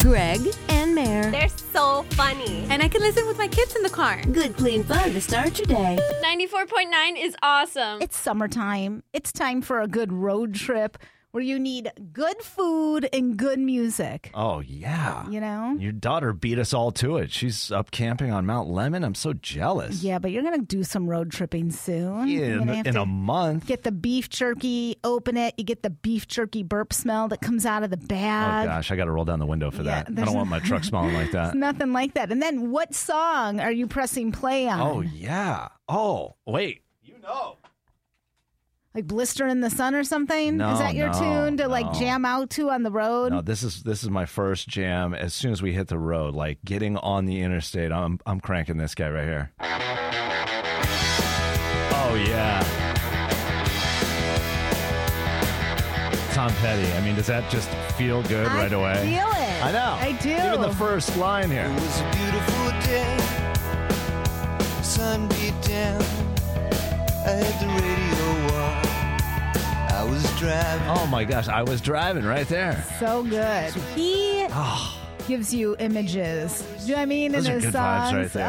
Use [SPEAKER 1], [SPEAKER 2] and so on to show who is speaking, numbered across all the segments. [SPEAKER 1] Greg, and Mare.
[SPEAKER 2] They're so funny.
[SPEAKER 3] And I can listen with my kids in the car.
[SPEAKER 1] Good, clean fun to start your day.
[SPEAKER 3] 94.9 is awesome.
[SPEAKER 4] It's summertime. It's time for a good road trip where you need good food and good music.
[SPEAKER 5] Oh, yeah.
[SPEAKER 4] You know?
[SPEAKER 5] Your daughter beat us all to it. She's up camping on Mount Lemon. I'm so jealous.
[SPEAKER 4] Yeah, but you're going to do some road tripping soon. You're
[SPEAKER 5] In,
[SPEAKER 4] gonna have
[SPEAKER 5] in
[SPEAKER 4] to
[SPEAKER 5] a month.
[SPEAKER 4] Get the beef jerky, open it, you get the beef jerky burp smell that comes out of the
[SPEAKER 5] Oh
[SPEAKER 4] bag.
[SPEAKER 5] gosh, I got to roll down the window for
[SPEAKER 4] yeah,
[SPEAKER 5] that. I
[SPEAKER 4] there's
[SPEAKER 5] don't want
[SPEAKER 4] no-
[SPEAKER 5] my truck smelling like that.
[SPEAKER 4] It's nothing like that. And then what song are you pressing play on?
[SPEAKER 5] Oh yeah. Oh wait. You know.
[SPEAKER 4] Like Blister in the Sun or something?
[SPEAKER 5] No,
[SPEAKER 4] is that your
[SPEAKER 5] no,
[SPEAKER 4] tune to like
[SPEAKER 5] no.
[SPEAKER 4] jam out to on the road?
[SPEAKER 5] No, this is this is my first jam. As soon as we hit the road, like getting on the interstate, I'm I'm cranking this guy right here. Oh yeah. Tom Petty. I mean, does that just feel good
[SPEAKER 4] I
[SPEAKER 5] right away?
[SPEAKER 4] feel it.
[SPEAKER 5] I know.
[SPEAKER 4] I do.
[SPEAKER 5] Even the first line here.
[SPEAKER 6] It was a beautiful day. Sun beat down. I had the radio on. I was driving.
[SPEAKER 5] Oh my gosh, I was driving right there.
[SPEAKER 4] so good. He gives you images. Do you know what I mean?
[SPEAKER 5] Those
[SPEAKER 4] in
[SPEAKER 5] are
[SPEAKER 4] his
[SPEAKER 5] good vibes
[SPEAKER 4] songs.
[SPEAKER 5] right there.
[SPEAKER 4] Oh,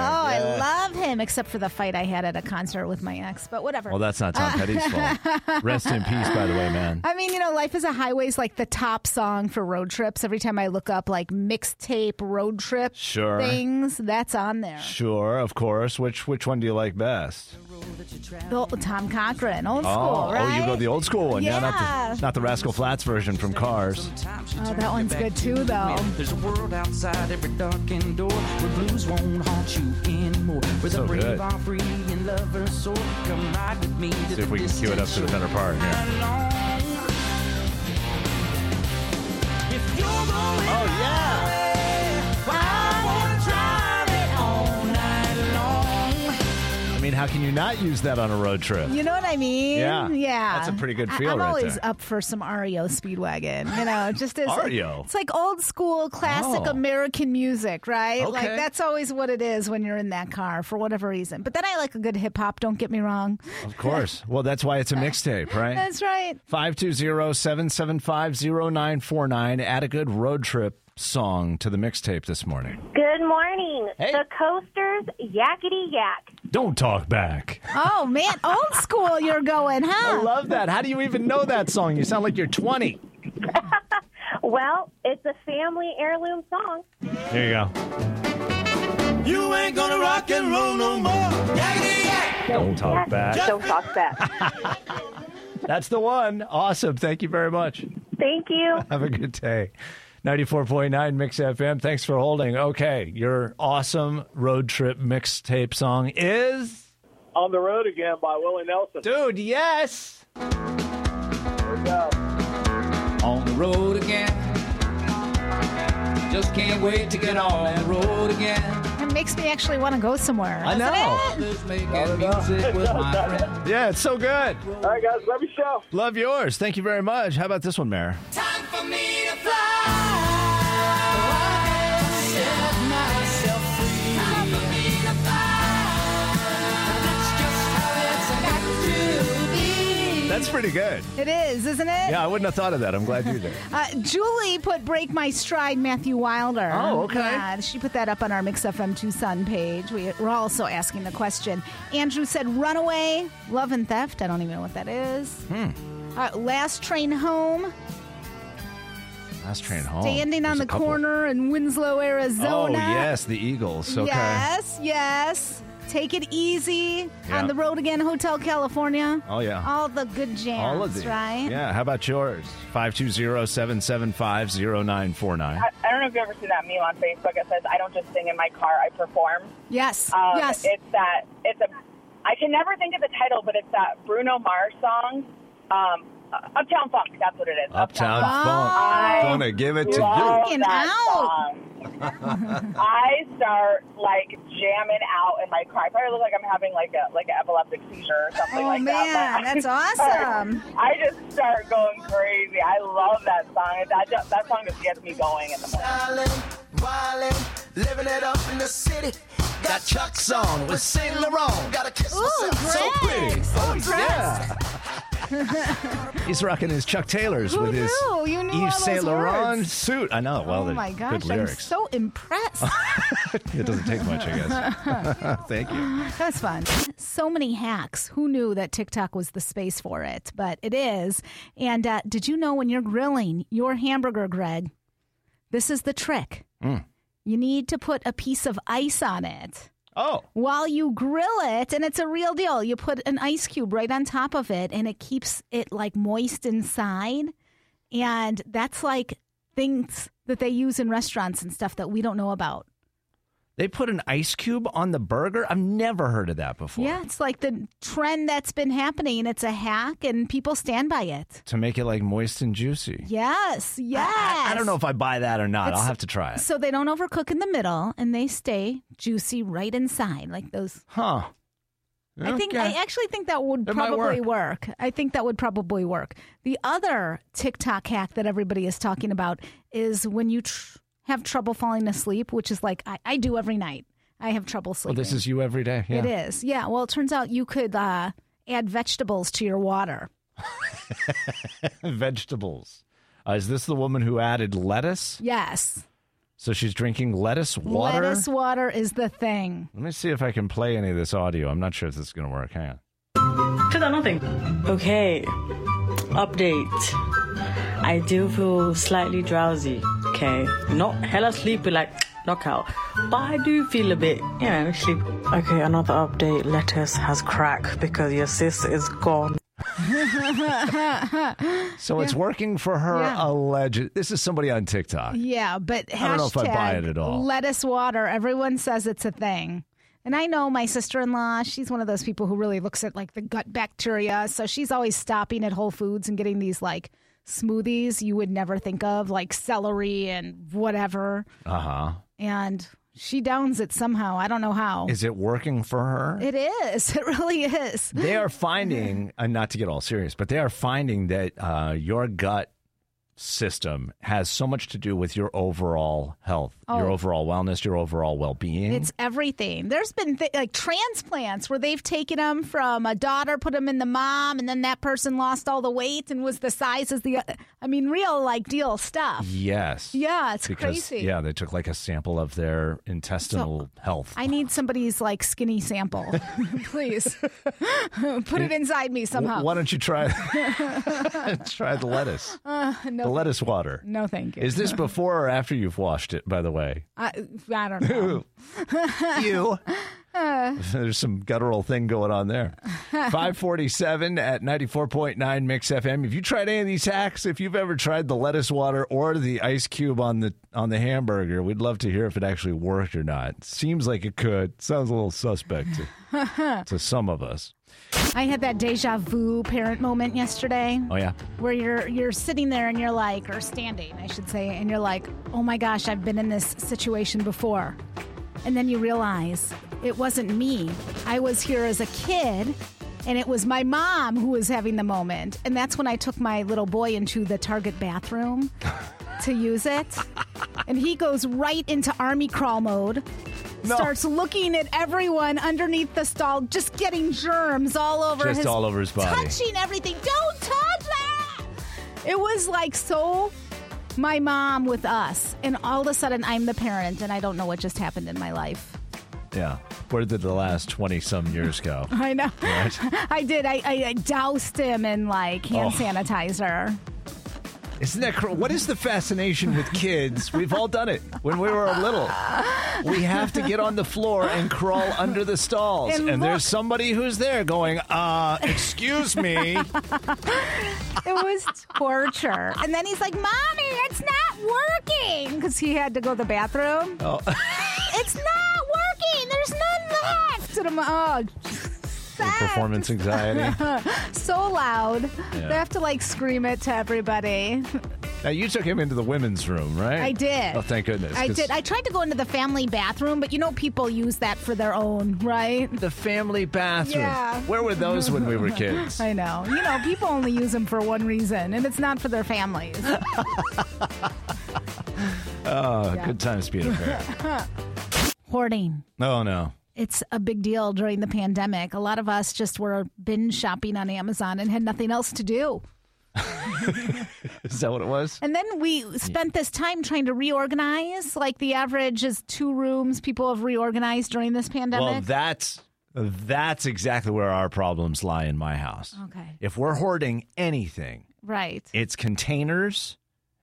[SPEAKER 4] I
[SPEAKER 5] Yeah.
[SPEAKER 4] love him, except for the fight I had at a concert with my ex, but whatever.
[SPEAKER 5] Well, that's not Tom Petty's fault. Rest in peace, by the way, man.
[SPEAKER 4] I mean, you know, Life is a Highway is like the top song for road trips. Every time I look up like mixtape road trip
[SPEAKER 5] Sure.
[SPEAKER 4] things, that's on there.
[SPEAKER 5] Sure, of course. Which which one do you like best?
[SPEAKER 4] The, Tom Cochran, old
[SPEAKER 5] oh,
[SPEAKER 4] school, right?
[SPEAKER 5] oh, you go the old school one. Yeah, not
[SPEAKER 4] Yeah.
[SPEAKER 5] the not the Rascal Flats version from Cars.
[SPEAKER 6] Sometimes you
[SPEAKER 4] Oh,
[SPEAKER 6] turn
[SPEAKER 4] that
[SPEAKER 6] your
[SPEAKER 4] one's
[SPEAKER 6] back
[SPEAKER 4] good
[SPEAKER 6] to
[SPEAKER 4] too,
[SPEAKER 6] the
[SPEAKER 4] though.
[SPEAKER 6] wind. There's a world outside every darkened door where blues won't haunt you anymore. Where
[SPEAKER 5] So
[SPEAKER 6] the brave
[SPEAKER 5] good.
[SPEAKER 6] are free and lovers soar. Come ride with me. To
[SPEAKER 5] See if we can cue it up to the better part here.
[SPEAKER 6] Oh yeah! I wanna drive it all night long.
[SPEAKER 5] I mean, how can you not use that on a road trip?
[SPEAKER 4] You know what I mean?
[SPEAKER 5] Yeah.
[SPEAKER 4] Yeah.
[SPEAKER 5] That's a pretty good
[SPEAKER 4] I-
[SPEAKER 5] feel
[SPEAKER 4] I'm
[SPEAKER 5] right
[SPEAKER 4] always
[SPEAKER 5] there.
[SPEAKER 4] up for some REO Speedwagon. You know, just as
[SPEAKER 5] REO?
[SPEAKER 4] It's like old school classic
[SPEAKER 5] Oh.
[SPEAKER 4] American music, right? Like
[SPEAKER 5] Okay.
[SPEAKER 4] that's always what it is when you're in that car for whatever reason. But then I like a good hip hop, don't get me wrong.
[SPEAKER 5] Of course. Well, that's why it's a mixtape, right?
[SPEAKER 4] That's right.
[SPEAKER 5] 520-775-0949. Add a good road trip song to the mixtape this morning.
[SPEAKER 2] Good morning.
[SPEAKER 5] Hey.
[SPEAKER 2] The coasters, yakety yak.
[SPEAKER 5] Don't talk back.
[SPEAKER 4] Oh man, old school you're going,
[SPEAKER 5] I
[SPEAKER 4] huh?
[SPEAKER 5] love that. How do you even know that song? You sound like you're 20.
[SPEAKER 2] Well, it's a family heirloom song.
[SPEAKER 5] Here you go.
[SPEAKER 6] You ain't gonna rock and roll no more. Yaggity yak.
[SPEAKER 5] Don't talk back.
[SPEAKER 2] Don't talk back.
[SPEAKER 5] That's the one. Awesome. Thank you very much.
[SPEAKER 2] Thank you.
[SPEAKER 5] Have a good day. 94.9 Mix FM. Thanks for holding. Okay, your awesome road trip mixtape song is.
[SPEAKER 7] On the Road Again by Willie Nelson.
[SPEAKER 5] Dude, yes! Oh.
[SPEAKER 8] on the road again. Just can't wait to get on the road again.
[SPEAKER 4] It makes me actually want to go somewhere.
[SPEAKER 5] I know.
[SPEAKER 8] Others making music with my friends.
[SPEAKER 5] Yeah, it's so good.
[SPEAKER 7] All right, guys, love your show.
[SPEAKER 5] Love yours. Thank you very much. How about this one, Mayor?
[SPEAKER 8] Time for me to fly. Set myself free. Time for me to fly. That's just how it's got to be.
[SPEAKER 5] That's pretty good.
[SPEAKER 4] It is, isn't it?
[SPEAKER 5] Yeah, I wouldn't have thought of that. I'm glad you did.
[SPEAKER 4] Uh, Julie put "Break My Stride" Matthew Wilder.
[SPEAKER 5] Oh, okay.
[SPEAKER 4] Yeah, she put that up on our Mix FM Tucson page. We, we're also asking the question. Andrew said "Runaway," "Love and Theft." I don't even know what that is.
[SPEAKER 5] Hmm.
[SPEAKER 4] Uh, last train home,
[SPEAKER 5] Last train home.
[SPEAKER 4] standing on
[SPEAKER 5] Oh, There's a
[SPEAKER 4] the
[SPEAKER 5] couple.
[SPEAKER 4] corner in Winslow,
[SPEAKER 5] Oh,
[SPEAKER 4] Arizona.
[SPEAKER 5] yes, the Eagles. Okay.
[SPEAKER 4] Yes, yes. Take it easy
[SPEAKER 5] Yeah.
[SPEAKER 4] on the road again. Hotel California.
[SPEAKER 5] Oh, yeah.
[SPEAKER 4] All the good jams,
[SPEAKER 5] All of these.
[SPEAKER 4] right?
[SPEAKER 5] Yeah, how about yours? 520-775-0949.
[SPEAKER 9] I, I don't know if you ever see that meme on Facebook. It says, "I don't just sing in my car; I perform."
[SPEAKER 4] Yes,
[SPEAKER 9] Um,
[SPEAKER 4] yes.
[SPEAKER 9] It's that. It's a. I can never think of the title, but it's that Bruno Mars song, um, Uptown Funk. That's what it is.
[SPEAKER 5] Uptown
[SPEAKER 9] Funk.
[SPEAKER 5] Funk. Gonna give it to you.
[SPEAKER 9] Love
[SPEAKER 4] Freaking
[SPEAKER 9] that
[SPEAKER 4] out.
[SPEAKER 9] song. I start like jamming out in my car. I probably look like I'm having like a like an epileptic seizure or something
[SPEAKER 4] Oh,
[SPEAKER 9] like
[SPEAKER 4] man,
[SPEAKER 9] that. but I
[SPEAKER 4] that's awesome.
[SPEAKER 9] Start, I just start going crazy. I love that song. That ju- that song just gets me going in the morning.
[SPEAKER 6] Wildin', wildin', living it up in the city. Got Chuck's on with Saint Laurent. Gotta kiss
[SPEAKER 4] Ooh,
[SPEAKER 6] myself so
[SPEAKER 4] Greg.
[SPEAKER 6] pretty.
[SPEAKER 4] So
[SPEAKER 6] Oh,
[SPEAKER 4] Greg.
[SPEAKER 5] He's rocking his Chuck Taylors
[SPEAKER 4] Who
[SPEAKER 5] with his
[SPEAKER 4] knew? You knew all
[SPEAKER 5] Yves Saint
[SPEAKER 4] those
[SPEAKER 5] Laurent
[SPEAKER 4] words.
[SPEAKER 5] suit. I know. Well,
[SPEAKER 4] oh
[SPEAKER 5] they're
[SPEAKER 4] my gosh,
[SPEAKER 5] good
[SPEAKER 4] I'm
[SPEAKER 5] lyrics.
[SPEAKER 4] so impressed.
[SPEAKER 5] it doesn't take much, I guess. Thank you.
[SPEAKER 4] That's fun. So many hacks. Who knew that TikTok was the space for it? But it is. And uh, did you know when you're grilling your hamburger, Greg, this is the trick?
[SPEAKER 5] Hmm.
[SPEAKER 4] You need to put a piece of ice on it
[SPEAKER 5] Oh,
[SPEAKER 4] while you grill it and it's a real deal you put an ice cube right on top of it and it keeps it like moist inside and that's like things that they use in restaurants and stuff that we don't know about
[SPEAKER 5] they put an ice cube on the burger. I've never heard of that before.
[SPEAKER 4] yeah it's like the trend that's been happening it's a hack and people stand by it
[SPEAKER 5] To make it like moist and juicy.
[SPEAKER 4] yes yes
[SPEAKER 5] I, I don't know if I buy that or not. I'll
[SPEAKER 4] It's-
[SPEAKER 5] have to try it.
[SPEAKER 4] so they don't overcook in the middle and they stay juicy right inside like those
[SPEAKER 5] Huh.
[SPEAKER 4] I think
[SPEAKER 5] Okay.
[SPEAKER 4] I actually think that would
[SPEAKER 5] It might
[SPEAKER 4] probably work. I think that would probably work. The other TikTok hack that everybody is talking about is when you tr- have trouble falling asleep, which is like I, I do every night. I have trouble
[SPEAKER 5] Well,
[SPEAKER 4] sleeping.
[SPEAKER 5] Oh, this is you every day. Yeah.
[SPEAKER 4] It is. Yeah. Well, it turns out you could uh, add vegetables to your water.
[SPEAKER 5] Vegetables. Uh, is this the woman who added lettuce?
[SPEAKER 4] Yes.
[SPEAKER 5] So she's drinking lettuce water?
[SPEAKER 4] Lettuce water is the thing.
[SPEAKER 5] Let me see if I can play any of this audio. I'm not sure if this is going to work. Hang on.
[SPEAKER 10] To the nothing. Okay. Update. I do feel slightly drowsy. Okay. Not hella sleepy like knockout. But I do feel a bit, you know, sleep. Okay, another update. Lettuce has crack because your sis is gone.
[SPEAKER 5] So it's working for her
[SPEAKER 4] Yeah.
[SPEAKER 5] alleged. This is somebody on TikTok.
[SPEAKER 4] Yeah, but hashtag
[SPEAKER 5] I don't know if I buy it at all.
[SPEAKER 4] Lettuce water. Everyone says it's a thing. And I know my sister in law, she's one of those people who really looks at like the gut bacteria. So she's always stopping at Whole Foods and getting these like smoothies you would never think of, like celery and whatever.
[SPEAKER 5] Uh huh.
[SPEAKER 4] And she downs it somehow. I don't know how.
[SPEAKER 5] Is it working for her?
[SPEAKER 4] it is. It really is.
[SPEAKER 5] they are finding, and not to get all serious, but they are finding that uh, your gut system has so much to do with your overall health, your
[SPEAKER 4] Oh.
[SPEAKER 5] overall wellness, your overall well being.
[SPEAKER 4] It's everything. There's been th- like transplants where they've taken them from a daughter, put them in the mom, and then that person lost all the weight and was the size as the. I mean, real like deal stuff.
[SPEAKER 5] Yes.
[SPEAKER 4] Yeah, it's
[SPEAKER 5] Because,
[SPEAKER 4] crazy.
[SPEAKER 5] Yeah, they took like a sample of their intestinal health.
[SPEAKER 4] I need somebody's like skinny sample, please. put it inside me somehow.
[SPEAKER 5] Why don't you try try the lettuce? the
[SPEAKER 4] Uh, no,
[SPEAKER 5] lettuce water.
[SPEAKER 4] no, thank you.
[SPEAKER 5] Is this before or after you've washed it, by the way?
[SPEAKER 4] I, I don't know.
[SPEAKER 5] You. There's some guttural thing going on there. 547 at 94.9 Mix FM. If you tried any of these hacks, if you've ever tried the lettuce water or the ice cube on the on the hamburger, we'd love to hear if it actually worked or not. Seems like it could. Sounds a little suspect to, to some of us.
[SPEAKER 4] I had that deja vu parent moment yesterday.
[SPEAKER 5] Oh yeah.
[SPEAKER 4] where you're you're sitting there and you're like or standing I should say and you're like oh my gosh I've been in this situation before and then you realize it wasn't me I was here as a kid and it was my mom who was having the moment and that's when I took my little boy into the Target bathroom to use it and he goes right into army crawl mode Starts looking at everyone underneath the stall, just getting germs all over
[SPEAKER 5] Just
[SPEAKER 4] his
[SPEAKER 5] all over his body.
[SPEAKER 4] touching everything. Don't touch that. It was like so my mom with us, and all of a sudden I'm the parent, and I don't know what just happened in my life.
[SPEAKER 5] Yeah. Where did the last 20 some years go?
[SPEAKER 4] I know.
[SPEAKER 5] Right.
[SPEAKER 4] I did. I, I, I doused him in like hand
[SPEAKER 5] Oh.
[SPEAKER 4] sanitizer.
[SPEAKER 5] Isn't that cr- what is the fascination with kids? We've all done it when we were little. We have to get on the floor and crawl under the stalls, and,
[SPEAKER 4] And look-
[SPEAKER 5] there's somebody who's there going, "Uh, excuse me."
[SPEAKER 4] It was torture. And then he's like, "Mommy, it's not working," because he had to go to the bathroom.
[SPEAKER 5] Oh.
[SPEAKER 4] It's not working. There's none left. And I'm oh. sad.
[SPEAKER 5] Performance anxiety.
[SPEAKER 4] so loud.
[SPEAKER 5] Yeah.
[SPEAKER 4] They have to like scream it to everybody.
[SPEAKER 5] Now you took him into the women's room, right?
[SPEAKER 4] I did.
[SPEAKER 5] Oh, thank goodness.
[SPEAKER 4] I
[SPEAKER 5] 'cause
[SPEAKER 4] did. I tried to go into the family bathroom, but you know people use that for their own, right?
[SPEAKER 5] the family bathroom.
[SPEAKER 4] Yeah.
[SPEAKER 5] Where were those when we were kids?
[SPEAKER 4] I know. You know, people only use them for one reason, and it's not for their families.
[SPEAKER 5] Uh, Good times, Peter Pan.
[SPEAKER 4] Hoarding.
[SPEAKER 5] Oh no.
[SPEAKER 4] it's a big deal during the pandemic. A lot of us just were binge shopping on Amazon and had nothing else to do.
[SPEAKER 5] Is that what it was?
[SPEAKER 4] And then we spent this time trying to reorganize. Like the average is two rooms. People have reorganized during this pandemic.
[SPEAKER 5] Well, that's that's exactly where our problems lie in my house.
[SPEAKER 4] Okay.
[SPEAKER 5] If we're hoarding anything,
[SPEAKER 4] right.
[SPEAKER 5] it's containers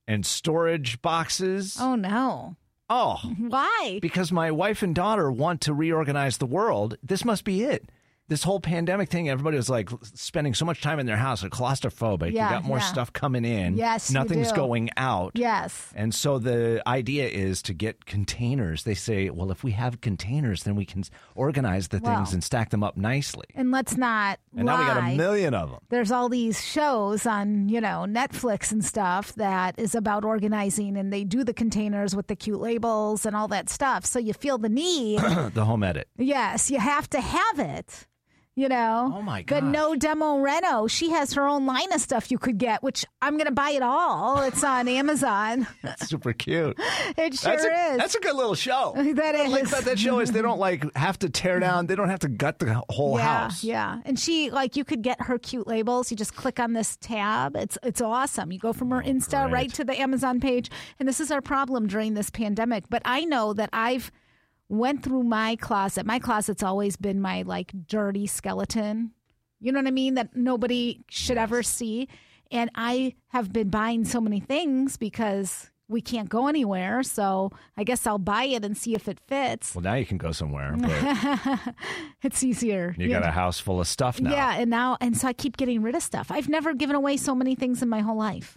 [SPEAKER 5] and storage boxes.
[SPEAKER 4] Oh Mm-hmm. no.
[SPEAKER 5] Oh,
[SPEAKER 4] Why?
[SPEAKER 5] because my wife and daughter want to reorganize the world. This must be it. This whole pandemic thing, everybody was like spending so much time in their house, they're claustrophobic.
[SPEAKER 4] Yeah,
[SPEAKER 5] you got more
[SPEAKER 4] yeah.
[SPEAKER 5] stuff coming in.
[SPEAKER 4] Yes, you
[SPEAKER 5] Nothing's
[SPEAKER 4] do.
[SPEAKER 5] going out.
[SPEAKER 4] Yes.
[SPEAKER 5] And so the idea is to get containers. They say, well, if we have containers, then we can s- organize the
[SPEAKER 4] Well.
[SPEAKER 5] things and stack them up nicely.
[SPEAKER 4] And let's not
[SPEAKER 5] And
[SPEAKER 4] lie.
[SPEAKER 5] now we got a million of them.
[SPEAKER 4] There's all these shows on, you know, Netflix and stuff that is about organizing and they do the containers with the cute labels and all that stuff. So you feel the need.
[SPEAKER 5] the home edit.
[SPEAKER 4] yes, you have to have it. You know, oh
[SPEAKER 5] my
[SPEAKER 4] the no demo reno. She has her own line of stuff you could get, which I'm going to buy it all. It's on Amazon.
[SPEAKER 5] Super cute.
[SPEAKER 4] It sure
[SPEAKER 5] that's a,
[SPEAKER 4] is.
[SPEAKER 5] That's a good little show.
[SPEAKER 4] That
[SPEAKER 5] What I like
[SPEAKER 4] is. Mm-hmm.
[SPEAKER 5] about that show is they don't like have to tear down. They don't have to gut the whole
[SPEAKER 4] yeah,
[SPEAKER 5] house.
[SPEAKER 4] Yeah. And she like you could get her cute labels. You just click on this tab. It's it's awesome. You go from her Insta
[SPEAKER 5] Oh, great.
[SPEAKER 4] right to the Amazon page. And this is our problem during this pandemic. But I know that I've went through my closet. My closet's always been my like dirty skeleton. You know what I mean? That nobody should ever see. And I have been buying so many things because we can't go anywhere. So I guess I'll buy it and see if it fits.
[SPEAKER 5] Well, now you can go somewhere, but
[SPEAKER 4] it's easier.
[SPEAKER 5] you got a house full of stuff now.
[SPEAKER 4] Yeah, and now and so I keep getting rid of stuff. I've never given away so many things in my whole life.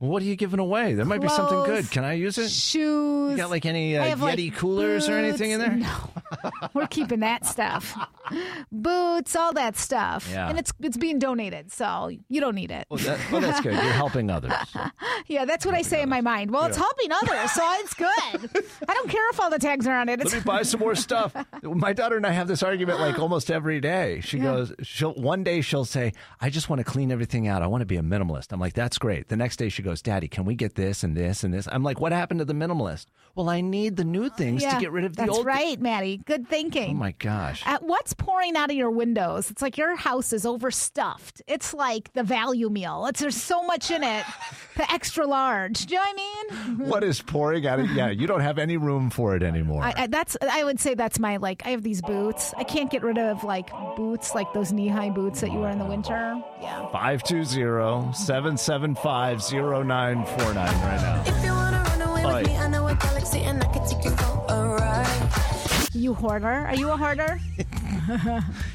[SPEAKER 5] Well, what are you giving away? There might be something
[SPEAKER 4] Clothes,
[SPEAKER 5] good. Can I use it?
[SPEAKER 4] Shoes.
[SPEAKER 5] You got like any uh,
[SPEAKER 4] I
[SPEAKER 5] Yeti
[SPEAKER 4] have, like,
[SPEAKER 5] coolers or anything in there?
[SPEAKER 4] boots. No. We're keeping that stuff. Boots, all that stuff.
[SPEAKER 5] Yeah.
[SPEAKER 4] And it's it's being donated, so you don't need it.
[SPEAKER 5] Well, that, well, that's good. You're helping others.
[SPEAKER 4] yeah, that's what I say in my mind. Well, it's
[SPEAKER 5] Yeah.
[SPEAKER 4] helping others, so it's good. I don't care if all the tags are on it. It's
[SPEAKER 5] Let me buy some more stuff. My daughter and I have this argument like almost every day. She goes, she'll one day she'll say, "I just want to clean everything out. I want to be a minimalist." I'm like, "That's great." The next day she goes, "Daddy, can we get this and this and this?" I'm like, "What happened to the minimalist?" Well, I need the new things
[SPEAKER 4] yeah,
[SPEAKER 5] to get rid of the
[SPEAKER 4] that's
[SPEAKER 5] old. thi-
[SPEAKER 4] right, Maddie. Good thinking.
[SPEAKER 5] Oh my gosh.
[SPEAKER 4] At what's pouring out of your windows? It's like your house is overstuffed. It's like the value meal. It's there's so much in it, the extra large. Do you know what I mean?
[SPEAKER 5] What is pouring out of yeah, you don't have any room for it anymore.
[SPEAKER 4] I, I, that's I would say that's my like. I have these boots. I can't get rid of like boots, like those knee high boots that you wear in the winter. Yeah.
[SPEAKER 5] 520-775-0949 right now.
[SPEAKER 8] If you wanna run away
[SPEAKER 5] Oi.
[SPEAKER 8] with me, I know a galaxy and I can take you for a ride.
[SPEAKER 4] You hoarder? Are you a hoarder?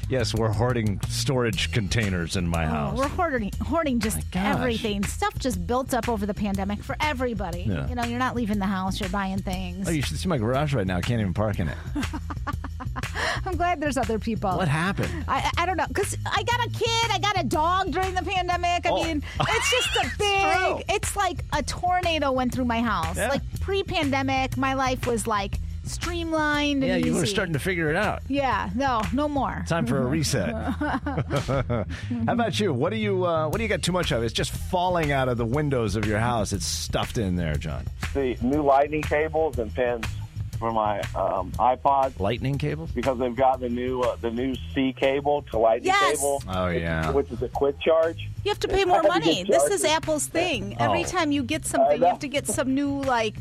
[SPEAKER 5] Yes, we're hoarding storage containers in my
[SPEAKER 4] Oh,
[SPEAKER 5] house.
[SPEAKER 4] we're hoarding, hoarding just
[SPEAKER 5] gosh.
[SPEAKER 4] everything. Stuff just built up over the pandemic for everybody.
[SPEAKER 5] Yeah.
[SPEAKER 4] You know, you're not leaving the house. You're buying things.
[SPEAKER 5] Oh, you should see my garage right now. I can't even park in it.
[SPEAKER 4] I'm glad there's other people.
[SPEAKER 5] What happened?
[SPEAKER 4] I, I don't know because I got a kid, I got a dog during the pandemic. I
[SPEAKER 5] Oh.
[SPEAKER 4] mean, it's just a
[SPEAKER 5] true.
[SPEAKER 4] big. it's like a tornado went through my house.
[SPEAKER 5] Yeah.
[SPEAKER 4] Like pre-pandemic, my life was like streamlined and
[SPEAKER 5] Yeah, you were
[SPEAKER 4] easy.
[SPEAKER 5] starting to figure it out.
[SPEAKER 4] Yeah, no, no more.
[SPEAKER 5] Time for a reset. How about you? What do you uh, what do you got too much of? It's just falling out of the windows of your house. It's stuffed in there, John.
[SPEAKER 7] The new lightning cables and pins for my um, iPod
[SPEAKER 5] Lightning cables?
[SPEAKER 7] because they've got the new uh, the new C cable to lightning
[SPEAKER 4] Yes.
[SPEAKER 7] cable,
[SPEAKER 5] Oh yeah.
[SPEAKER 7] which is a quick charge.
[SPEAKER 4] You have to pay more
[SPEAKER 7] I had to
[SPEAKER 4] money.
[SPEAKER 7] get
[SPEAKER 4] This is
[SPEAKER 7] charged.
[SPEAKER 4] Apple's thing.
[SPEAKER 5] Oh.
[SPEAKER 4] Every time you get something, you have to get some new like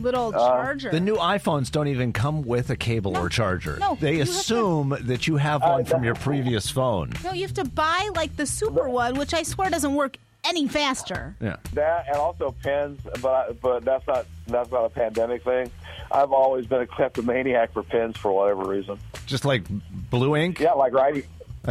[SPEAKER 4] little charger.
[SPEAKER 5] Uh, The new iPhones don't even come with a cable or charger.
[SPEAKER 4] no,
[SPEAKER 5] they
[SPEAKER 4] you have to- Uh,
[SPEAKER 5] assume that you have one from your previous phone.
[SPEAKER 4] no, you have to buy like the super one, which I swear doesn't work any faster.
[SPEAKER 5] Yeah.
[SPEAKER 7] That and also pins, but but that's not that's not a pandemic thing. I've always been a kleptomaniac for pins for whatever reason.
[SPEAKER 5] Just like blue ink,
[SPEAKER 7] Yeah, like writing.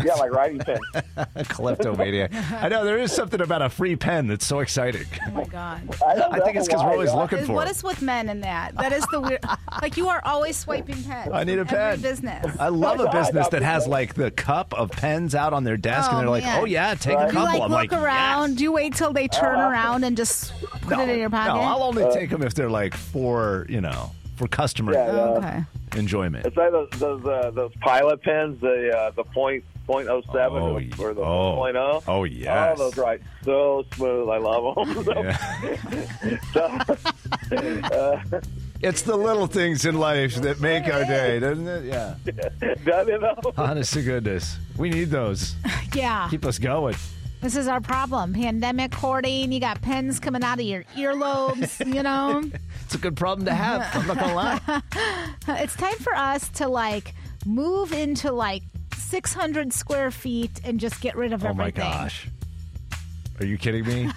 [SPEAKER 7] Yeah, like writing pins.
[SPEAKER 5] kleptomania. I know there is something about a free pen that's so exciting.
[SPEAKER 4] Oh my god.
[SPEAKER 5] I think it's because we're always looking
[SPEAKER 4] Is-
[SPEAKER 5] for
[SPEAKER 4] What
[SPEAKER 5] it.
[SPEAKER 4] is with men in that? That is the weird. like you are always swiping pens.
[SPEAKER 5] I need a
[SPEAKER 4] Every
[SPEAKER 5] pen.
[SPEAKER 4] Business.
[SPEAKER 5] I love a business that has like the cup of pens out on their desk,
[SPEAKER 4] Oh,
[SPEAKER 5] and they're like,
[SPEAKER 4] man.
[SPEAKER 5] "Oh yeah, take a
[SPEAKER 4] you
[SPEAKER 5] couple."
[SPEAKER 4] like
[SPEAKER 5] I'm
[SPEAKER 4] look
[SPEAKER 5] like,
[SPEAKER 4] around.
[SPEAKER 5] "Yes." Uh,
[SPEAKER 4] Do you wait till they turn around and just put it in your pocket? Uh,
[SPEAKER 5] No, I'll only take them if they're like for you know for customer
[SPEAKER 7] Yeah, yeah.
[SPEAKER 4] okay.
[SPEAKER 5] enjoyment.
[SPEAKER 7] It's like those those, uh, those pilot pens, the uh, the point point oh seven
[SPEAKER 5] Oh,
[SPEAKER 7] or, the- or the
[SPEAKER 5] oh.
[SPEAKER 7] point oh.
[SPEAKER 5] Oh, yes.
[SPEAKER 7] Oh, those right so smooth. I love them.
[SPEAKER 5] Yeah. It's the little things in life that make our day, doesn't it? Yeah.
[SPEAKER 7] Does it though?
[SPEAKER 5] Honest to goodness, we need those.
[SPEAKER 4] Yeah.
[SPEAKER 5] Keep us going.
[SPEAKER 4] This is our problem. Pandemic hoarding. You got pins coming out of your earlobes, you know?
[SPEAKER 5] It's a good problem to have. I'm not gonna lie.
[SPEAKER 4] it's time for us to like move into like 600 square feet and just get rid of
[SPEAKER 5] Oh my
[SPEAKER 4] everything.
[SPEAKER 5] gosh. Are you kidding me?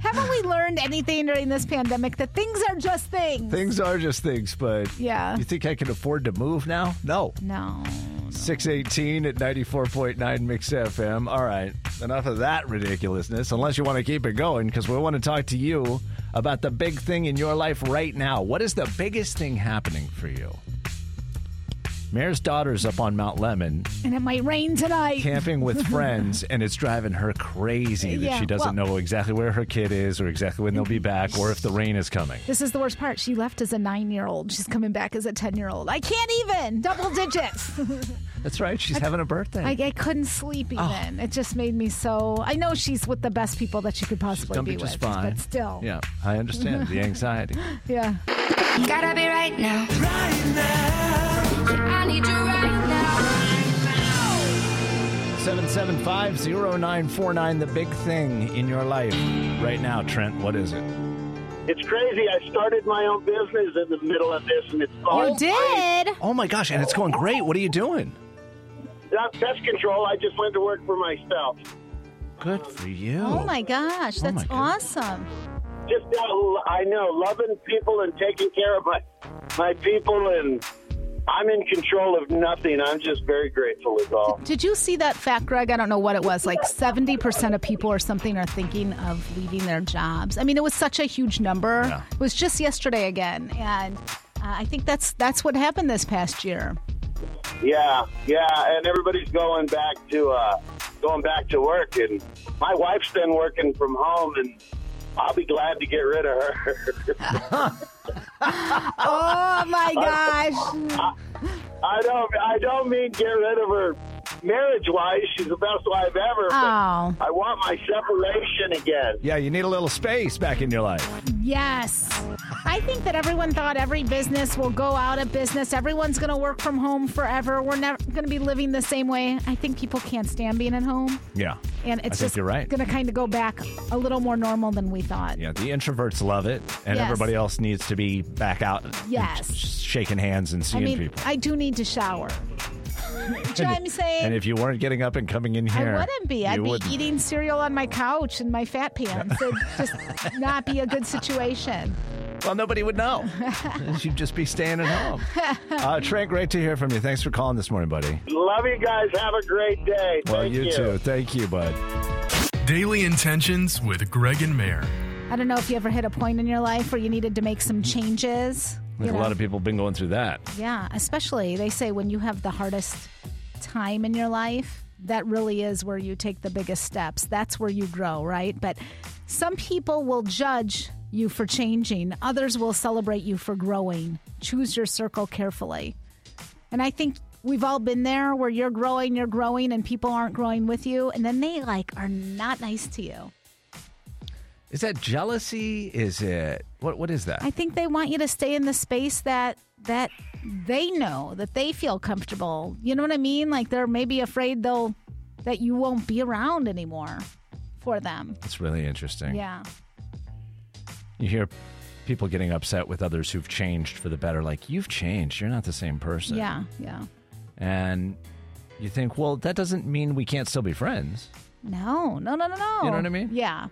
[SPEAKER 4] Haven't we learned anything during this pandemic that things are just things?
[SPEAKER 5] things are just things, but
[SPEAKER 4] Yeah. Oh,
[SPEAKER 5] You think I can afford to move now? No.
[SPEAKER 4] No.
[SPEAKER 5] 618 at 94.9 Mix FM. All right, enough of that ridiculousness, unless you want to keep it going, because we want to talk to you about the big thing in your life right now. What is the biggest thing happening for you? Mayor's daughter's up on Mount Lemon
[SPEAKER 4] And it might rain tonight.
[SPEAKER 5] camping with friends, and it's driving her crazy that
[SPEAKER 4] Yeah,
[SPEAKER 5] she doesn't
[SPEAKER 4] well-
[SPEAKER 5] know exactly where her kid is or exactly when they'll be back or if the rain is coming.
[SPEAKER 4] This is the worst part. She left as a nine year old. She's coming back as a 10 year old. I can't even. Double digits.
[SPEAKER 5] That's right, she's having a birthday.
[SPEAKER 4] I, I couldn't sleep
[SPEAKER 5] Oh.
[SPEAKER 4] even. It just made me so. I know she's with the best people that she could possibly
[SPEAKER 5] Don't be
[SPEAKER 4] be
[SPEAKER 5] just
[SPEAKER 4] with,
[SPEAKER 5] fine.
[SPEAKER 4] but still.
[SPEAKER 5] Yeah, I understand the anxiety.
[SPEAKER 4] Yeah.
[SPEAKER 1] Gotta be right now. Right now. I need you right now.
[SPEAKER 5] 775-0949, the big thing in your life right now, Trent. What is it?
[SPEAKER 11] It's crazy. I started my own business in the middle of this, and it's all
[SPEAKER 4] did?
[SPEAKER 5] Oh my gosh, and it's going great. What are you doing?
[SPEAKER 11] not pest control. I just went to work for myself.
[SPEAKER 5] Good for you.
[SPEAKER 4] Oh my gosh.
[SPEAKER 5] Oh my
[SPEAKER 4] That's awesome.
[SPEAKER 11] Just uh, I know loving people and taking care of my my people, and I'm in control of nothing. I'm just very grateful. Is all.
[SPEAKER 4] Did you see that fact, Greg? I don't know what it was. Like 70% of people or something are thinking of leaving their jobs. I mean, it was such a huge number. It was just yesterday again. And uh, I think that's that's what happened this past year.
[SPEAKER 11] Yeah, yeah, and everybody's going back to uh, going back to work, and my wife's been working from home, and I'll be glad to get rid of her.
[SPEAKER 4] oh my gosh!
[SPEAKER 11] I, I don't, I don't mean get rid of her marriage-wise. She's the best wife ever. but
[SPEAKER 4] Oh.
[SPEAKER 11] I want my separation again.
[SPEAKER 5] Yeah, you need a little space back in your life.
[SPEAKER 4] Yes. I think that everyone thought every business will go out of business. Everyone's going to work from home forever. We're never going to be living the same way. I think people can't stand being at home.
[SPEAKER 5] Yeah.
[SPEAKER 4] And
[SPEAKER 5] I
[SPEAKER 4] it's
[SPEAKER 5] think
[SPEAKER 4] just
[SPEAKER 5] you're right.
[SPEAKER 4] going to kind of go back a little more normal than we thought.
[SPEAKER 5] Yeah, the introverts love it, and
[SPEAKER 4] Yes.
[SPEAKER 5] everybody else needs to be back out and
[SPEAKER 4] Yes.
[SPEAKER 5] sh- shaking hands and
[SPEAKER 4] I
[SPEAKER 5] seeing
[SPEAKER 4] mean,
[SPEAKER 5] people.
[SPEAKER 4] I do need to shower. Do you know what I'm saying?
[SPEAKER 5] And if you weren't getting up and coming in here,
[SPEAKER 4] I wouldn't be. I'd
[SPEAKER 5] you
[SPEAKER 4] be
[SPEAKER 5] wouldn't.
[SPEAKER 4] eating cereal on my couch in my fat pants. It'd just not be a good situation.
[SPEAKER 5] Well, nobody would know. You'd just be staying at home. Uh, Trent, great to hear from you. Thanks for calling this morning, buddy.
[SPEAKER 11] Love you guys. Have a great day.
[SPEAKER 5] Well,
[SPEAKER 11] Thank
[SPEAKER 5] you, too. Thank you, bud.
[SPEAKER 12] Daily Intentions with Greg and Mayor.
[SPEAKER 4] I don't know if you ever hit a point in your life where you needed to make some changes.
[SPEAKER 5] I think
[SPEAKER 4] you
[SPEAKER 5] a lot
[SPEAKER 4] know?
[SPEAKER 5] of people have been going through that.
[SPEAKER 4] Yeah, especially they say when you have the hardest time in your life, that really is where you take the biggest steps. That's where you grow, right? But some people will judge you for changing, others will celebrate you for growing. Choose your circle carefully. And I think we've all been there where you're growing, you're growing, and people aren't growing with you. And then they like are not nice to you.
[SPEAKER 5] Is that jealousy? Is it what? What is that?
[SPEAKER 4] I think they want you to stay in the space that that they know that they feel comfortable. You know what I mean? Like they're maybe afraid they'll that you won't be around anymore for them.
[SPEAKER 5] It's really interesting.
[SPEAKER 4] Yeah.
[SPEAKER 5] You hear people getting upset with others who've changed for the better. Like you've changed. You're not the same person.
[SPEAKER 4] Yeah. Yeah.
[SPEAKER 5] And you think, well, that doesn't mean we can't still be friends.
[SPEAKER 4] No. No. No. No. No.
[SPEAKER 5] You know what I mean?
[SPEAKER 4] Yeah.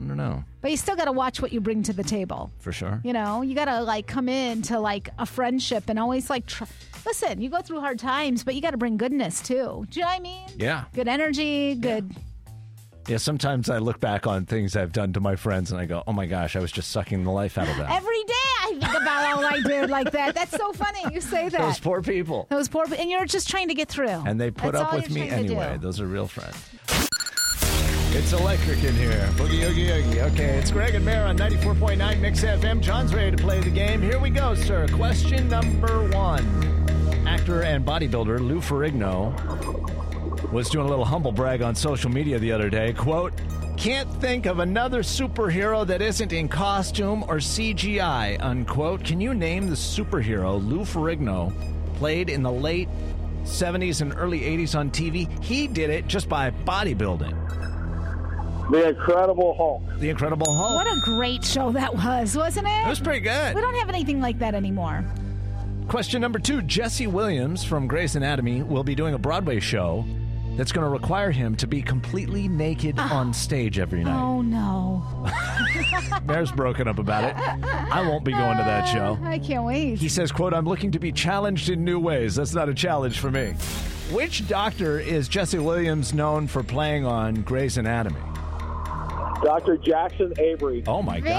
[SPEAKER 5] No, no,
[SPEAKER 4] But you still got to watch what you bring to the table.
[SPEAKER 5] for sure.
[SPEAKER 4] You know, you got to like come in to like a friendship and always like tr- listen. You go through hard times, but you got to bring goodness too. Do you know what I mean?
[SPEAKER 5] Yeah.
[SPEAKER 4] Good energy. Good.
[SPEAKER 5] Yeah, sometimes I look back on things I've done to my friends and I go, oh my gosh, I was just sucking the life out of them.
[SPEAKER 4] Every day I think about all I did like that. That's so funny. You say that.
[SPEAKER 5] Those poor people.
[SPEAKER 4] Those poor, and you're just trying to get through.
[SPEAKER 5] And they put
[SPEAKER 4] That's
[SPEAKER 5] up
[SPEAKER 4] all
[SPEAKER 5] with
[SPEAKER 4] you're
[SPEAKER 5] me
[SPEAKER 4] trying to do.
[SPEAKER 5] anyway. Those are real friends. It's electric in here. Boogie Oogie Oogie. Okay, it's Greg and Mayor on 94.9 Mix FM. John's ready to play the game. Here we go, sir. Question number one. Actor and bodybuilder Lou Ferrigno was doing a little humble brag on social media the other day. Quote, Can't think of another superhero that isn't in costume or CGI, unquote. Can you name the superhero Lou Ferrigno played in the late 70s and early 80s on TV? He did it just by bodybuilding.
[SPEAKER 7] The Incredible Hulk.
[SPEAKER 5] The Incredible Hulk.
[SPEAKER 4] What a great show that was, wasn't it? It
[SPEAKER 5] was pretty good.
[SPEAKER 4] We don't have anything like that anymore.
[SPEAKER 5] Question number two Jesse Williams from Grey's Anatomy will be doing a Broadway show that's going to require him to be completely naked on stage every night.
[SPEAKER 4] Oh no.
[SPEAKER 5] Mayor's broken up about it. I won't be going to that show.
[SPEAKER 4] I can't wait.
[SPEAKER 5] He says, quote, I'm looking to be challenged in new ways. That's not a challenge for me. Which doctor is Jesse Williams known for playing on Grey's Anatomy?
[SPEAKER 7] Dr. Jackson Avery.
[SPEAKER 5] Oh my
[SPEAKER 4] Very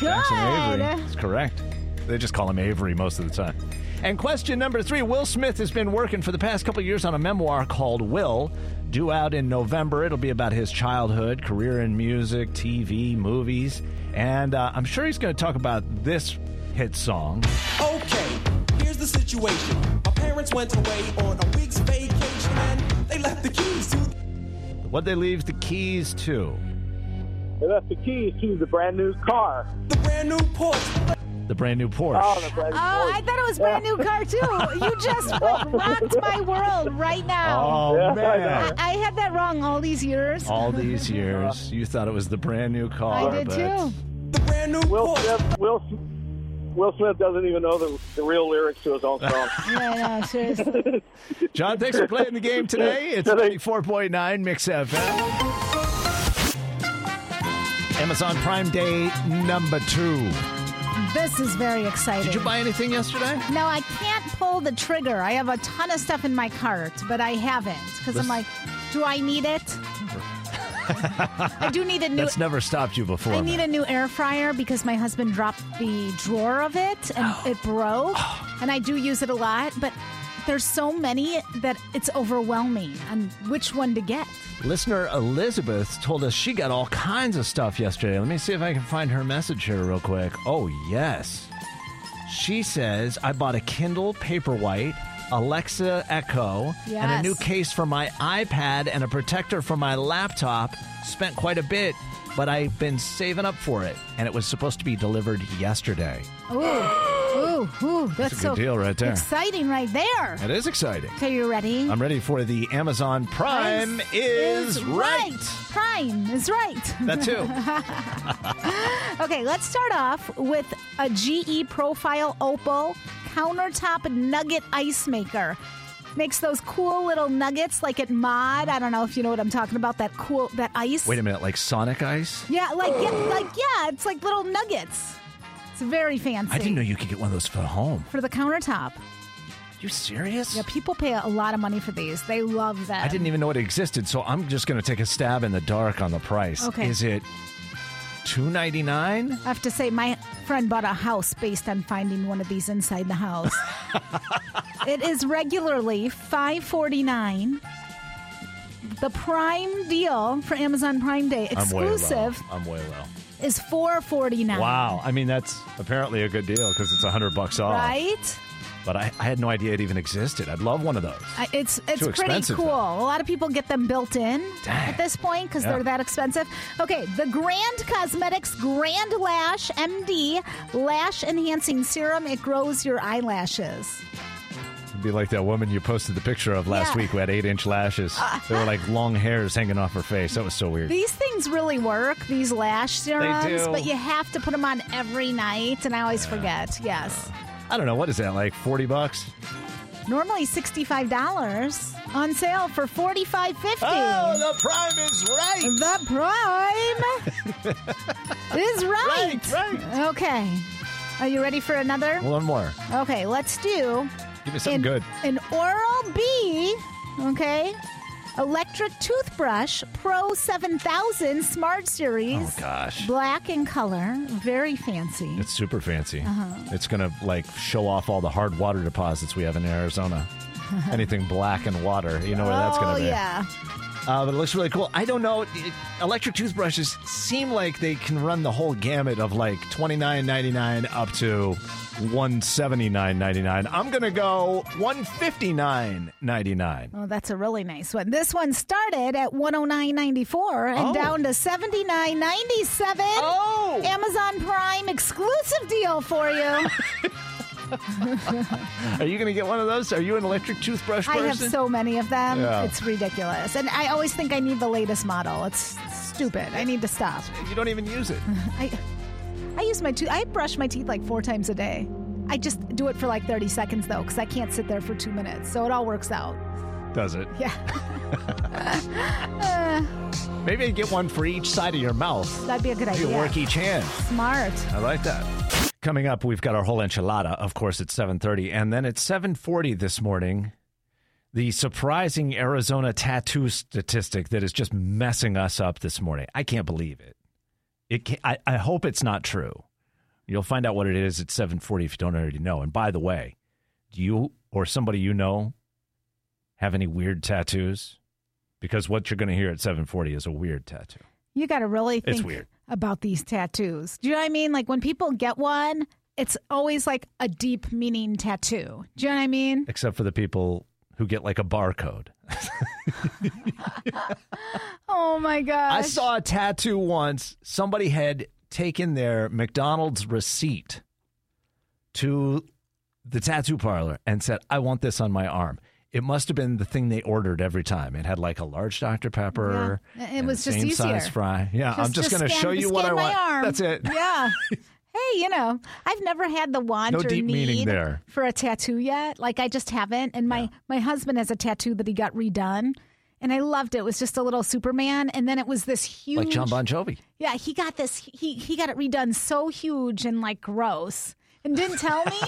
[SPEAKER 4] good.
[SPEAKER 5] Jackson Avery. That's correct. They just call him Avery most of the time. And question number three Will Smith has been working for the past couple years on a memoir called Will, due out in November. It'll be about his childhood, career in music, TV, movies. And uh, I'm sure he's going to talk about this hit song.
[SPEAKER 13] Okay, here's the situation. My parents went away on a week's vacation and they left the keys to
[SPEAKER 5] What they leave the keys to?
[SPEAKER 7] They left the keys to the brand new car.
[SPEAKER 13] the brand new Porsche.
[SPEAKER 5] The brand new Porsche.
[SPEAKER 7] Oh, the brand
[SPEAKER 4] Oh, I thought it was brand new car too. You just rocked my world right now.
[SPEAKER 5] Oh, Yeah, I man. know.
[SPEAKER 4] I, I had that wrong all these years.
[SPEAKER 5] All these years, you thought it was the brand new car.
[SPEAKER 4] I did
[SPEAKER 5] but
[SPEAKER 4] too.
[SPEAKER 13] The brand new
[SPEAKER 7] Will Smith, Will, Smith- Will Smith doesn't even know the, the real lyrics to his own song.
[SPEAKER 4] Yeah, no, seriously.
[SPEAKER 5] John, thanks for playing the game today. It's 94.9 Mix FM. Amazon Prime Day number two.
[SPEAKER 4] This is very exciting.
[SPEAKER 5] Did you buy anything yesterday?
[SPEAKER 4] No, I can't pull the trigger. I have a ton of stuff in my cart, but I haven't because I'm
[SPEAKER 5] This-
[SPEAKER 4] like, do I need it?
[SPEAKER 5] I
[SPEAKER 4] do need a new-
[SPEAKER 5] That's never stopped you before.
[SPEAKER 4] I
[SPEAKER 5] man.
[SPEAKER 4] need a new air fryer because my husband dropped the drawer of it and
[SPEAKER 5] Oh.
[SPEAKER 4] it broke. And I do use it a lot, but there's so many that it's overwhelming on which one to get.
[SPEAKER 5] Listener Elizabeth told us she got all kinds of stuff yesterday. Let me see if I can find her message here real quick. Oh, yes. She says, I bought a Kindle Paperwhite, Alexa Echo, and a
[SPEAKER 4] Yes.
[SPEAKER 5] new case for my iPad and a protector for my laptop. Spent quite a bit, but I've been saving up for it, and it was supposed to be delivered yesterday.
[SPEAKER 4] Ooh, ooh, ooh. That's,
[SPEAKER 5] a good
[SPEAKER 4] so
[SPEAKER 5] deal right there.
[SPEAKER 4] Exciting right there.
[SPEAKER 5] That is exciting.
[SPEAKER 4] Okay, you ready?
[SPEAKER 5] I'm ready for the Amazon Prime
[SPEAKER 4] Price
[SPEAKER 5] is, right.
[SPEAKER 4] Prime is right.
[SPEAKER 5] That too.
[SPEAKER 4] okay, let's start off with a GE Profile Opal countertop nugget ice maker. Makes those cool little nuggets like at Mod. I don't know if you know what I'm talking about. That cool, that ice.
[SPEAKER 5] Wait a minute, like Sonic Ice?
[SPEAKER 4] Yeah, like yeah, like yeah, it's like little nuggets. It's very fancy
[SPEAKER 5] I didn't know you could get one of those for home.
[SPEAKER 4] for the countertop.
[SPEAKER 5] You serious?
[SPEAKER 4] Yeah, people pay a lot of money for these. They love them.
[SPEAKER 5] I didn't even know it existed, so I'm just going to take a stab in the dark on the price.
[SPEAKER 4] Okay.
[SPEAKER 5] Is it two ninety nine?
[SPEAKER 4] I have to say, my friend bought a house based on finding one of these inside the house. it is regularly five forty nine. The prime deal for Amazon Prime Day
[SPEAKER 5] I'm way low.
[SPEAKER 4] exclusive
[SPEAKER 5] I'm way low.
[SPEAKER 4] is four forty nine.
[SPEAKER 5] Wow. I mean, that's apparently a good deal because it's hundred bucks off.
[SPEAKER 4] Right?
[SPEAKER 5] But I, I had no idea it even existed. I'd love one of those.
[SPEAKER 4] I- It's it's
[SPEAKER 5] Too
[SPEAKER 4] pretty
[SPEAKER 5] expensive,
[SPEAKER 4] cool.
[SPEAKER 5] though.
[SPEAKER 4] A lot of people get them built in at this point because
[SPEAKER 5] Yeah.
[SPEAKER 4] they're that expensive. Okay, the Grand Cosmetics Grand Lash MD Lash Enhancing Serum. It grows your eyelashes.
[SPEAKER 5] It'd be like that woman you posted the picture of last
[SPEAKER 4] Yeah. Uh.
[SPEAKER 5] week who had eight inch lashes. they were like long hairs hanging off her face. That was so weird.
[SPEAKER 4] These things really work, these lash serums,
[SPEAKER 5] do.
[SPEAKER 4] but you have to put them on every night, and I always forget. Yes.
[SPEAKER 5] I don't know. What is that? Like forty bucks?
[SPEAKER 4] Normally $65 on sale for $45.50.
[SPEAKER 5] Oh, the prime is right.
[SPEAKER 4] The prime is right.
[SPEAKER 5] Right,
[SPEAKER 4] Okay. Are you ready for another?
[SPEAKER 5] One more.
[SPEAKER 4] Okay, let's do
[SPEAKER 5] Give me something
[SPEAKER 4] an,
[SPEAKER 5] good.
[SPEAKER 4] An Oral B, okay? Electric toothbrush Pro 7000 Smart Series.
[SPEAKER 5] Oh, gosh.
[SPEAKER 4] Black in color, very fancy.
[SPEAKER 5] It's super fancy.
[SPEAKER 4] Uh-huh.
[SPEAKER 5] It's gonna like show off all the hard water deposits we have in Arizona. Anything black and water, you know where that's
[SPEAKER 4] oh
[SPEAKER 5] gonna be.
[SPEAKER 4] yeah.
[SPEAKER 5] Uh, but it looks really cool. I don't know. it- electric toothbrushes seem like they can run the whole gamut of like twenty nine ninety nine up to one seventy nine ninety nine. I'm gonna go one fifty nine ninety nine.
[SPEAKER 4] Oh, that's a really nice one. This one started at 109.94 and
[SPEAKER 5] Oh.
[SPEAKER 4] down to 79.97.
[SPEAKER 5] Oh!
[SPEAKER 4] Amazon Prime exclusive deal for you.
[SPEAKER 5] Are you gonna get one of those? Are you an electric toothbrush
[SPEAKER 4] I
[SPEAKER 5] person?
[SPEAKER 4] have so many of them.
[SPEAKER 5] Yeah.
[SPEAKER 4] It's ridiculous. And I always think I need the latest model. It's stupid. I need to stop.
[SPEAKER 5] You don't even use it.
[SPEAKER 4] I I use my tooth I brush my teeth like 4 times a day. I just do it for like 30 seconds though cuz I can't sit there for 2 minutes. So it all works out.
[SPEAKER 5] Does it?
[SPEAKER 4] Yeah. Uh,
[SPEAKER 5] Maybe I get one for each side of your mouth.
[SPEAKER 4] that'd be a good
[SPEAKER 5] You
[SPEAKER 4] idea.
[SPEAKER 5] work each hand.
[SPEAKER 4] Smart.
[SPEAKER 5] I like that. Coming up, we've got our whole enchilada, of course, at 7.30. And then at 7.40 this morning, the surprising Arizona tattoo statistic that is just messing us up this morning. I can't believe it. It can, I, I hope it's not true. You'll find out what it is at 7.40 if you don't already know. And by the way, do you or somebody you know have any weird tattoos? Because what you're going to hear at 7.40 is a weird tattoo.
[SPEAKER 4] You got to really
[SPEAKER 5] It's
[SPEAKER 4] think
[SPEAKER 5] weird.
[SPEAKER 4] about these tattoos. Do you know what I mean? Like when people get one, it's always like a deep meaning tattoo. Do you know what I mean?
[SPEAKER 5] Except for the people who get like a barcode.
[SPEAKER 4] Oh my gosh.
[SPEAKER 5] I saw a tattoo once. Somebody had taken their McDonald's receipt to the tattoo parlor and said, I want this on my arm. It must have been the thing they ordered every time. It had like a large Dr. Pepper.
[SPEAKER 4] Yeah. It
[SPEAKER 5] and
[SPEAKER 4] was just
[SPEAKER 5] same size
[SPEAKER 4] easier.
[SPEAKER 5] fry. Yeah, I'm just, going to
[SPEAKER 4] scan-
[SPEAKER 5] show you what I
[SPEAKER 4] scan my
[SPEAKER 5] want.
[SPEAKER 4] arm.
[SPEAKER 5] That's it.
[SPEAKER 4] Yeah. hey, you know, I've never had the want
[SPEAKER 5] No
[SPEAKER 4] or
[SPEAKER 5] deep
[SPEAKER 4] need
[SPEAKER 5] meaning there.
[SPEAKER 4] for a tattoo yet. Like I just haven't. And my my husband has a tattoo that he got redone, and I loved it. It was just a little Superman, and then it was this huge.
[SPEAKER 5] Like John Bon Jovi.
[SPEAKER 4] Yeah, he got this. He he got it redone so huge and like gross, and didn't tell me.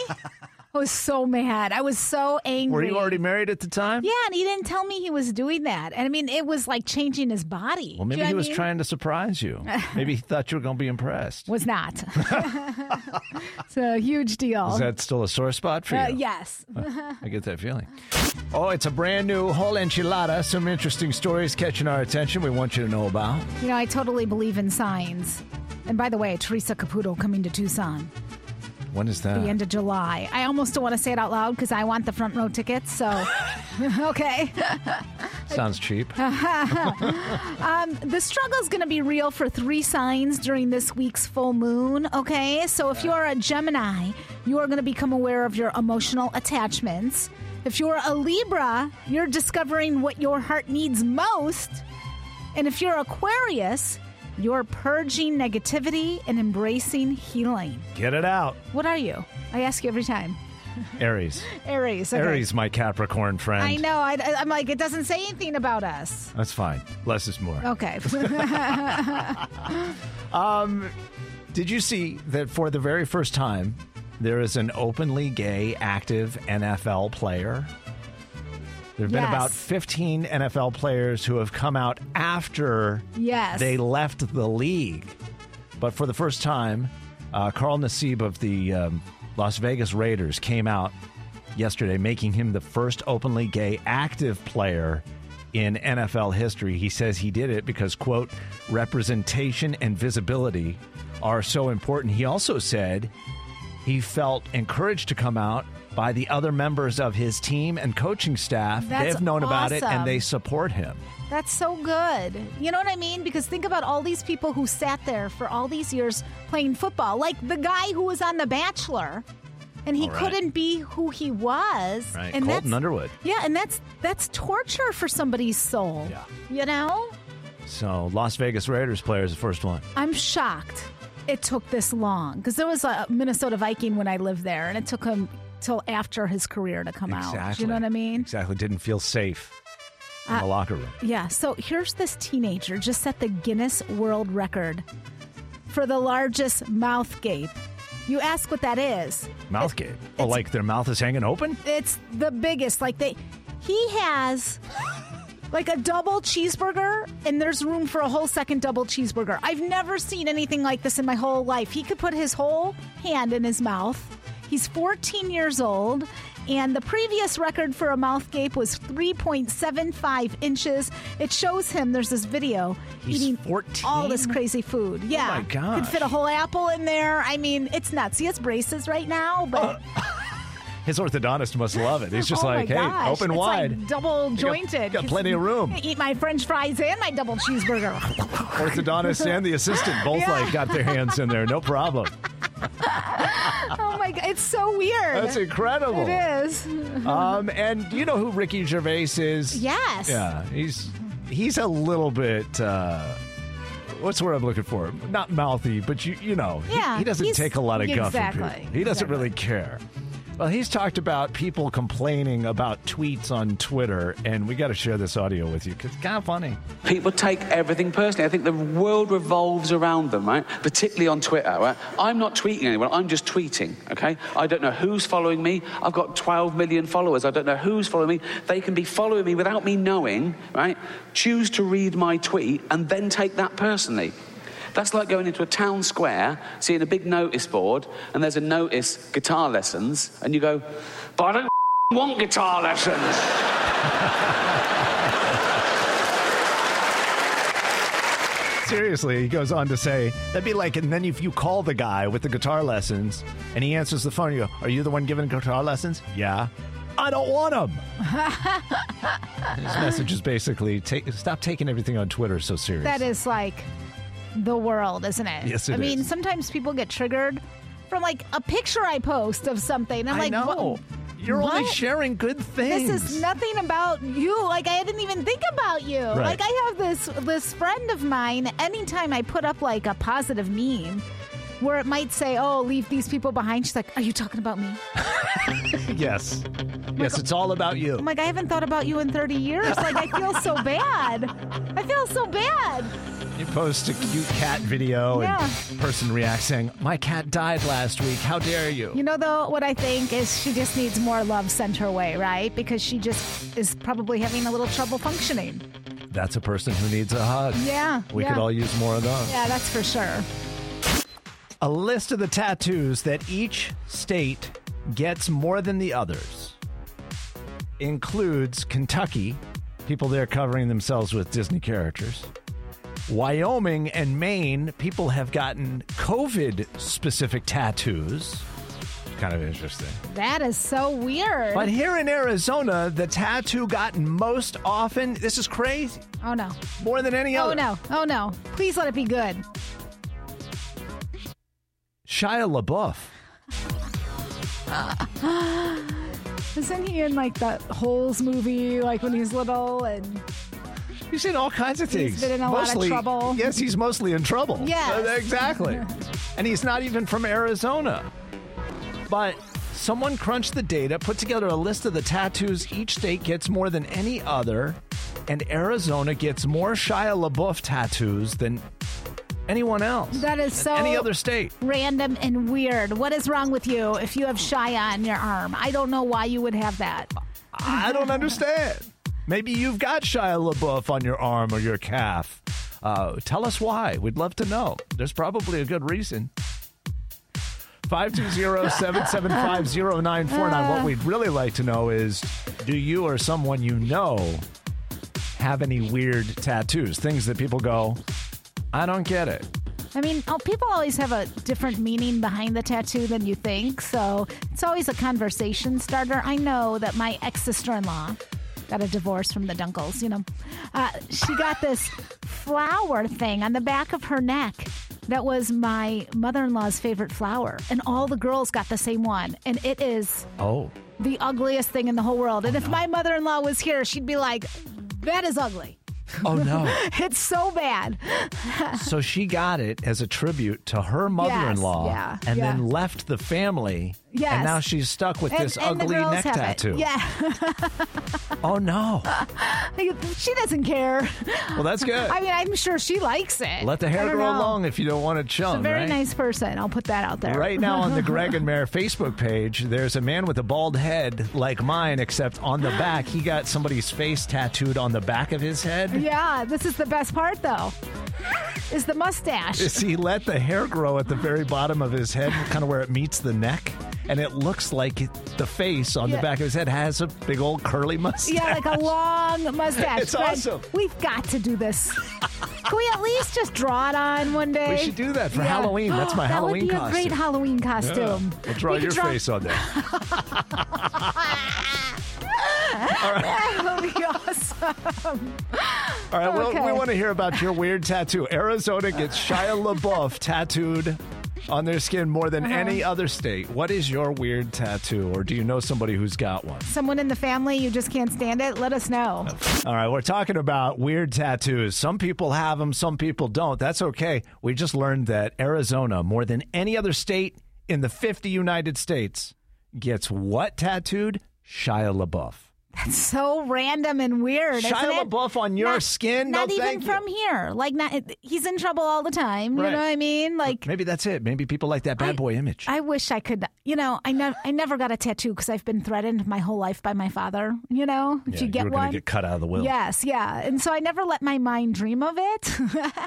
[SPEAKER 4] I was so mad. I was so angry.
[SPEAKER 5] Were you already married at the time?
[SPEAKER 4] Yeah, and he didn't tell me he was doing that. And I mean, it was like changing his body.
[SPEAKER 5] Well,
[SPEAKER 4] Do you
[SPEAKER 5] maybe
[SPEAKER 4] know
[SPEAKER 5] he
[SPEAKER 4] what I
[SPEAKER 5] was
[SPEAKER 4] mean?
[SPEAKER 5] trying to surprise you. Maybe he thought you were going to be impressed.
[SPEAKER 4] Was not. it's a huge deal.
[SPEAKER 5] Is that still a sore spot for you?
[SPEAKER 4] Uh, yes.
[SPEAKER 5] I get that feeling. Oh, it's a brand new whole enchilada. Some interesting stories catching our attention. We want you to know about.
[SPEAKER 4] You know, I totally believe in signs. And by the way, Teresa Caputo coming to Tucson
[SPEAKER 5] When is
[SPEAKER 4] the
[SPEAKER 5] that?
[SPEAKER 4] end of July. I almost don't want to say it out loud because I want the front row tickets. So, okay.
[SPEAKER 5] Sounds cheap.
[SPEAKER 4] Ah. um, the struggle's going to be real for three signs during this week's full moon. Okay, so if you're a Gemini, you are going to become aware of your emotional attachments. If you're a Libra, you're discovering what your heart needs most. And if you're Aquarius, you're purging negativity and embracing healing.
[SPEAKER 5] Get it out.
[SPEAKER 4] What are you? I ask you every time.
[SPEAKER 5] Aries.
[SPEAKER 4] Aries. okay.
[SPEAKER 5] Aries, my Capricorn friend.
[SPEAKER 4] I know. I, I'm like, it doesn't say anything about us.
[SPEAKER 5] That's fine. Less is more.
[SPEAKER 4] Okay.
[SPEAKER 5] Um, did you see that for the very first time, there is an openly gay active NFL player? There have been
[SPEAKER 4] Yes.
[SPEAKER 5] about 15 NFL players who have come out after
[SPEAKER 4] Yes.
[SPEAKER 5] they left the league. But for the first time, uh, Carl Nassib of the um, Las Vegas Raiders came out yesterday, making him the first openly gay active player in NFL history. He says he did it because, quote, representation and visibility are so important. He also said he felt encouraged to come out by the other members of his team and coaching staff.
[SPEAKER 4] That's
[SPEAKER 5] They've known about it
[SPEAKER 4] awesome.
[SPEAKER 5] and they support him.
[SPEAKER 4] That's so good. You know what I mean? Because think about all these people who sat there for all these years playing football, like the guy who was on The Bachelor, and he
[SPEAKER 5] All right.
[SPEAKER 4] couldn't be who he was.
[SPEAKER 5] Right.
[SPEAKER 4] And
[SPEAKER 5] Colton
[SPEAKER 4] that's-
[SPEAKER 5] Underwood.
[SPEAKER 4] Yeah, and that's that's torture for somebody's soul. Yeah. You know,
[SPEAKER 5] So, Las Vegas Raiders player is the first one.
[SPEAKER 4] I'm shocked it took this long because there was a Minnesota Viking when I lived there, and it took him till after his career to come out. Do
[SPEAKER 5] Exactly.
[SPEAKER 4] you know what I mean?
[SPEAKER 5] Exactly. Didn't feel safe in the
[SPEAKER 4] Uh,
[SPEAKER 5] locker room.
[SPEAKER 4] Yeah, so here's this teenager just set the Guinness World Record for the largest mouth gape. You ask what that is.
[SPEAKER 5] Mouth gape. Oh, like their mouth is hanging open?
[SPEAKER 4] It's the biggest. Like they he has like a double cheeseburger and there's room for a whole second double cheeseburger. I've never seen anything like this in my whole life. He could put his whole hand in his mouth. He's 14 years old, and the previous record for a mouth gape was 3.75 inches. It shows him, there's this video,
[SPEAKER 5] He's
[SPEAKER 4] eating
[SPEAKER 5] 14?
[SPEAKER 4] all this crazy food. Yeah.
[SPEAKER 5] my
[SPEAKER 4] Could
[SPEAKER 5] gosh.
[SPEAKER 4] fit a whole apple in there. I mean, it's nuts. He has braces right now, but
[SPEAKER 5] His orthodontist must love it. He's just
[SPEAKER 4] Oh my
[SPEAKER 5] like, hey,
[SPEAKER 4] gosh.
[SPEAKER 5] open
[SPEAKER 4] It's like
[SPEAKER 5] wide.
[SPEAKER 4] double
[SPEAKER 5] You got-
[SPEAKER 4] jointed.
[SPEAKER 5] you got plenty of room.
[SPEAKER 4] Eat my French fries and my double cheeseburger.
[SPEAKER 5] orthodontist and the assistant both
[SPEAKER 4] Yeah.
[SPEAKER 5] like got their hands in there. No problem.
[SPEAKER 4] oh my god, it's so weird.
[SPEAKER 5] That's incredible.
[SPEAKER 4] It is.
[SPEAKER 5] Um, and do you know who Ricky Gervais is?
[SPEAKER 4] Yes.
[SPEAKER 5] Yeah, he's he's a little bit. Uh, what's the word I'm looking for? Not mouthy, but you you know, he-
[SPEAKER 4] Yeah,
[SPEAKER 5] he, doesn't
[SPEAKER 4] he's-
[SPEAKER 5] take a lot of guff. from
[SPEAKER 4] exactly,
[SPEAKER 5] people. He doesn't really care. Well, he's talked about people complaining about tweets on Twitter, and we got to share this audio with you 'cause it's kind of funny.
[SPEAKER 14] People take everything personally. I think the world revolves around them, right? Particularly on Twitter, right? I'm not tweeting anyone, I'm just tweeting, okay? I don't know who's following me. I've got 12 million followers. I don't know who's following me. They can be following me without me knowing, right? Choose to read my tweet and then take that personally. That's like going into a town square, seeing a big notice board, and there's a notice guitar lessons, and you go, but I don't want guitar lessons.
[SPEAKER 5] Seriously, he goes on to say, that'd be like, and then if you call the guy with the guitar lessons and he answers the phone, you go, Are you the one giving guitar lessons? Yeah. I don't want him. His message is basically take, stop taking everything on Twitter so serious.
[SPEAKER 4] That is like the world, isn't it?
[SPEAKER 5] Yes, it
[SPEAKER 4] I mean,
[SPEAKER 5] is.
[SPEAKER 4] sometimes people get triggered from like a picture I post of something. I'm
[SPEAKER 5] I
[SPEAKER 4] like,
[SPEAKER 5] know.
[SPEAKER 4] "What-
[SPEAKER 5] You're only
[SPEAKER 4] what?
[SPEAKER 5] sharing good things.
[SPEAKER 4] This is nothing about you. Like I didn't even think about you.
[SPEAKER 5] Right.
[SPEAKER 4] Like I have this this friend of mine. Anytime I put up like a positive meme, where it might say, "Oh, leave these people behind," she's like, "Are you talking about me?"
[SPEAKER 5] yes. Yes, it's all about you.
[SPEAKER 4] I'm like, "I haven't thought about you in 30 years. Like I feel so bad. I feel so bad."
[SPEAKER 5] You post a cute cat video
[SPEAKER 4] Yeah.
[SPEAKER 5] and person reacts saying, My cat died last week. How dare you?
[SPEAKER 4] You know, though, what I think is she just needs more love sent her way, right? Because she just is probably having a little trouble functioning.
[SPEAKER 5] That's a person who needs a hug.
[SPEAKER 4] Yeah,
[SPEAKER 5] We
[SPEAKER 4] yeah.
[SPEAKER 5] could all use more of those.
[SPEAKER 4] Yeah, that's for sure.
[SPEAKER 5] a list of the tattoos that each state gets more than the others includes Kentucky, people there covering themselves with Disney characters. Wyoming and Maine, people have gotten COVID specific tattoos. Kind of interesting.
[SPEAKER 4] That is so weird.
[SPEAKER 5] But here in Arizona, the tattoo gotten most often, this is crazy,
[SPEAKER 4] oh no.
[SPEAKER 5] more than any
[SPEAKER 4] Oh
[SPEAKER 5] other.
[SPEAKER 4] no. Oh no. Please let it be good.
[SPEAKER 5] Shia LaBeouf.
[SPEAKER 4] Isn't he in like that Holes movie, like when he's little and
[SPEAKER 5] He's in all kinds of things.
[SPEAKER 4] He's been in a
[SPEAKER 5] Mostly-
[SPEAKER 4] lot of trouble.
[SPEAKER 5] Yes, he's mostly in trouble.
[SPEAKER 4] Yes.
[SPEAKER 5] Uh, Exactly. and he's not even from Arizona. But someone crunched the data, put together a list of the tattoos each state gets more than any other, and Arizona gets more Shia LaBeouf tattoos than anyone else.
[SPEAKER 4] That is so
[SPEAKER 5] any other state.
[SPEAKER 4] Random and weird. What is wrong with you if you have Shia on your arm? I don't know why you would have that.
[SPEAKER 5] I don't understand. Maybe you've got Shia LaBeouf on your arm or your calf. Uh, tell us why. We'd love to know. There's probably a good reason. 520-775-0949. What we'd really like to know is, do you or someone you know have any weird tattoos? Things that people go, I don't get it.
[SPEAKER 4] I mean, oh, people always have a different meaning behind the tattoo than you think, so it's always a conversation starter. I know that my ex sister in law got a divorce from the Dunkles, you know. Uh, she got this flower thing on the back of her neck that was my mother in law's favorite flower, and all the girls got the same one, and it is
[SPEAKER 5] Oh.
[SPEAKER 4] the ugliest thing in the whole world. And if my mother in law was here, she'd be like, that is ugly.
[SPEAKER 5] Oh, no.
[SPEAKER 4] it's so bad.
[SPEAKER 5] so she got it as a tribute to her mother-in-law
[SPEAKER 4] yeah,
[SPEAKER 5] and
[SPEAKER 4] yeah.
[SPEAKER 5] then left the family
[SPEAKER 4] Yes.
[SPEAKER 5] and now she's stuck with this
[SPEAKER 4] And- and the
[SPEAKER 5] ugly
[SPEAKER 4] girls
[SPEAKER 5] neck
[SPEAKER 4] have it.
[SPEAKER 5] tattoo
[SPEAKER 4] Yeah.
[SPEAKER 5] oh no
[SPEAKER 4] she doesn't care.
[SPEAKER 5] Well, that's good.
[SPEAKER 4] I mean, I'm sure she likes it.
[SPEAKER 5] let the hair
[SPEAKER 4] I don't
[SPEAKER 5] grow
[SPEAKER 4] know.
[SPEAKER 5] long if you don't want it
[SPEAKER 4] She's
[SPEAKER 5] shown
[SPEAKER 4] a very
[SPEAKER 5] right?
[SPEAKER 4] nice person. I'll put that out there.
[SPEAKER 5] Right now on the Greg and Mayor Facebook page, there's a man with a bald head like mine, except on the back, he got somebody's face tattooed on the back of his head.
[SPEAKER 4] yeah, this is the best part, though. is the mustache.
[SPEAKER 5] Is he let the hair grow at the very bottom of his head, kind of where it meets the neck? And it looks like it, the face on
[SPEAKER 4] Yeah.
[SPEAKER 5] the back of his head has a big old curly mustache.
[SPEAKER 4] Yeah, like a long mustache.
[SPEAKER 5] It's
[SPEAKER 4] Fred,
[SPEAKER 5] awesome.
[SPEAKER 4] We've got to do this. Can we at least just draw it on one day?
[SPEAKER 5] We should do that for Halloween. That's my
[SPEAKER 4] that
[SPEAKER 5] Halloween
[SPEAKER 4] would be
[SPEAKER 5] costume.
[SPEAKER 4] a great Halloween costume.
[SPEAKER 5] Yeah. We'll draw
[SPEAKER 4] We could
[SPEAKER 5] your face on there.
[SPEAKER 4] That would be awesome.
[SPEAKER 5] All right, well,
[SPEAKER 4] Okay.
[SPEAKER 5] we want to hear about your weird tattoo. Arizona gets Shia LaBeouf tattooed on their skin more than
[SPEAKER 4] Uh-huh.
[SPEAKER 5] any other state. What is your weird tattoo, or do you know somebody who's got one?
[SPEAKER 4] Someone in the family, you just can't stand it? Let us know.
[SPEAKER 5] All right, we're talking about weird tattoos. Some people have them, some people don't. That's okay. We just learned that Arizona, more than any other state in the 50 United States, gets what tattooed? Shia LaBeouf.
[SPEAKER 4] That's so random and weird.
[SPEAKER 5] Shia
[SPEAKER 4] isn't it?
[SPEAKER 5] LaBeouf on your skin?
[SPEAKER 4] Not
[SPEAKER 5] no,
[SPEAKER 4] even
[SPEAKER 5] thank you.
[SPEAKER 4] from here. Like, not, he's in trouble all the time.
[SPEAKER 5] Right.
[SPEAKER 4] You know what I mean? Like,
[SPEAKER 5] Maybe that's it. Maybe people like that bad boy image.
[SPEAKER 4] I wish I could. You know, I never, I never got a tattoo because I've been threatened my whole life by my father. You know, if
[SPEAKER 5] Yeah,
[SPEAKER 4] you get
[SPEAKER 5] were
[SPEAKER 4] one,
[SPEAKER 5] going to get cut out of the will.
[SPEAKER 4] Yes, yeah, and so I never let my mind dream of it.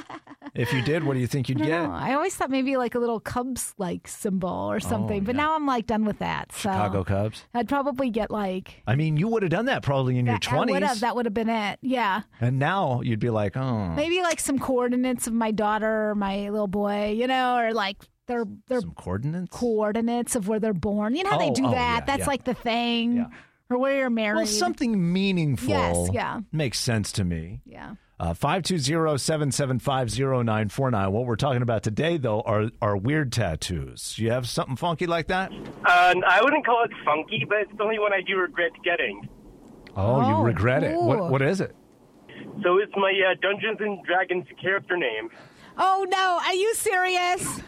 [SPEAKER 5] If you did, what do you think you'd
[SPEAKER 4] I don't
[SPEAKER 5] get?
[SPEAKER 4] know. I always thought maybe like a little Cubs like symbol or something, but now I'm like done with that. So
[SPEAKER 5] Oh, Chicago Cubs.
[SPEAKER 4] I'd probably get like
[SPEAKER 5] I mean, you would have done that probably in your
[SPEAKER 4] I would have.
[SPEAKER 5] twenties,
[SPEAKER 4] That would have been it. Yeah.
[SPEAKER 5] and now you'd be like, oh,
[SPEAKER 4] Maybe like some coordinates of my daughter or my little boy, you know, or like their their
[SPEAKER 5] coordinates
[SPEAKER 4] coordinates of where they're born. You know how they
[SPEAKER 5] Oh,
[SPEAKER 4] do
[SPEAKER 5] oh,
[SPEAKER 4] that?
[SPEAKER 5] yeah,
[SPEAKER 4] That's
[SPEAKER 5] yeah.
[SPEAKER 4] like the thing. Or where you're married.
[SPEAKER 5] well, something meaningful.
[SPEAKER 4] Yes, yeah.
[SPEAKER 5] makes sense to me. Uh,
[SPEAKER 4] Yeah.
[SPEAKER 5] Five two zero seven seven five zero nine four nine. What we're talking about today, though, are are weird tattoos. You have something funky like that?
[SPEAKER 15] Um, I wouldn't call it funky, but it's the only one I do regret getting.
[SPEAKER 5] Oh,
[SPEAKER 15] Oh,
[SPEAKER 5] you regret it. What
[SPEAKER 15] cool.
[SPEAKER 5] what is it?
[SPEAKER 15] So it's my uh, Dungeons and Dragons character name.
[SPEAKER 4] Oh no, are you serious?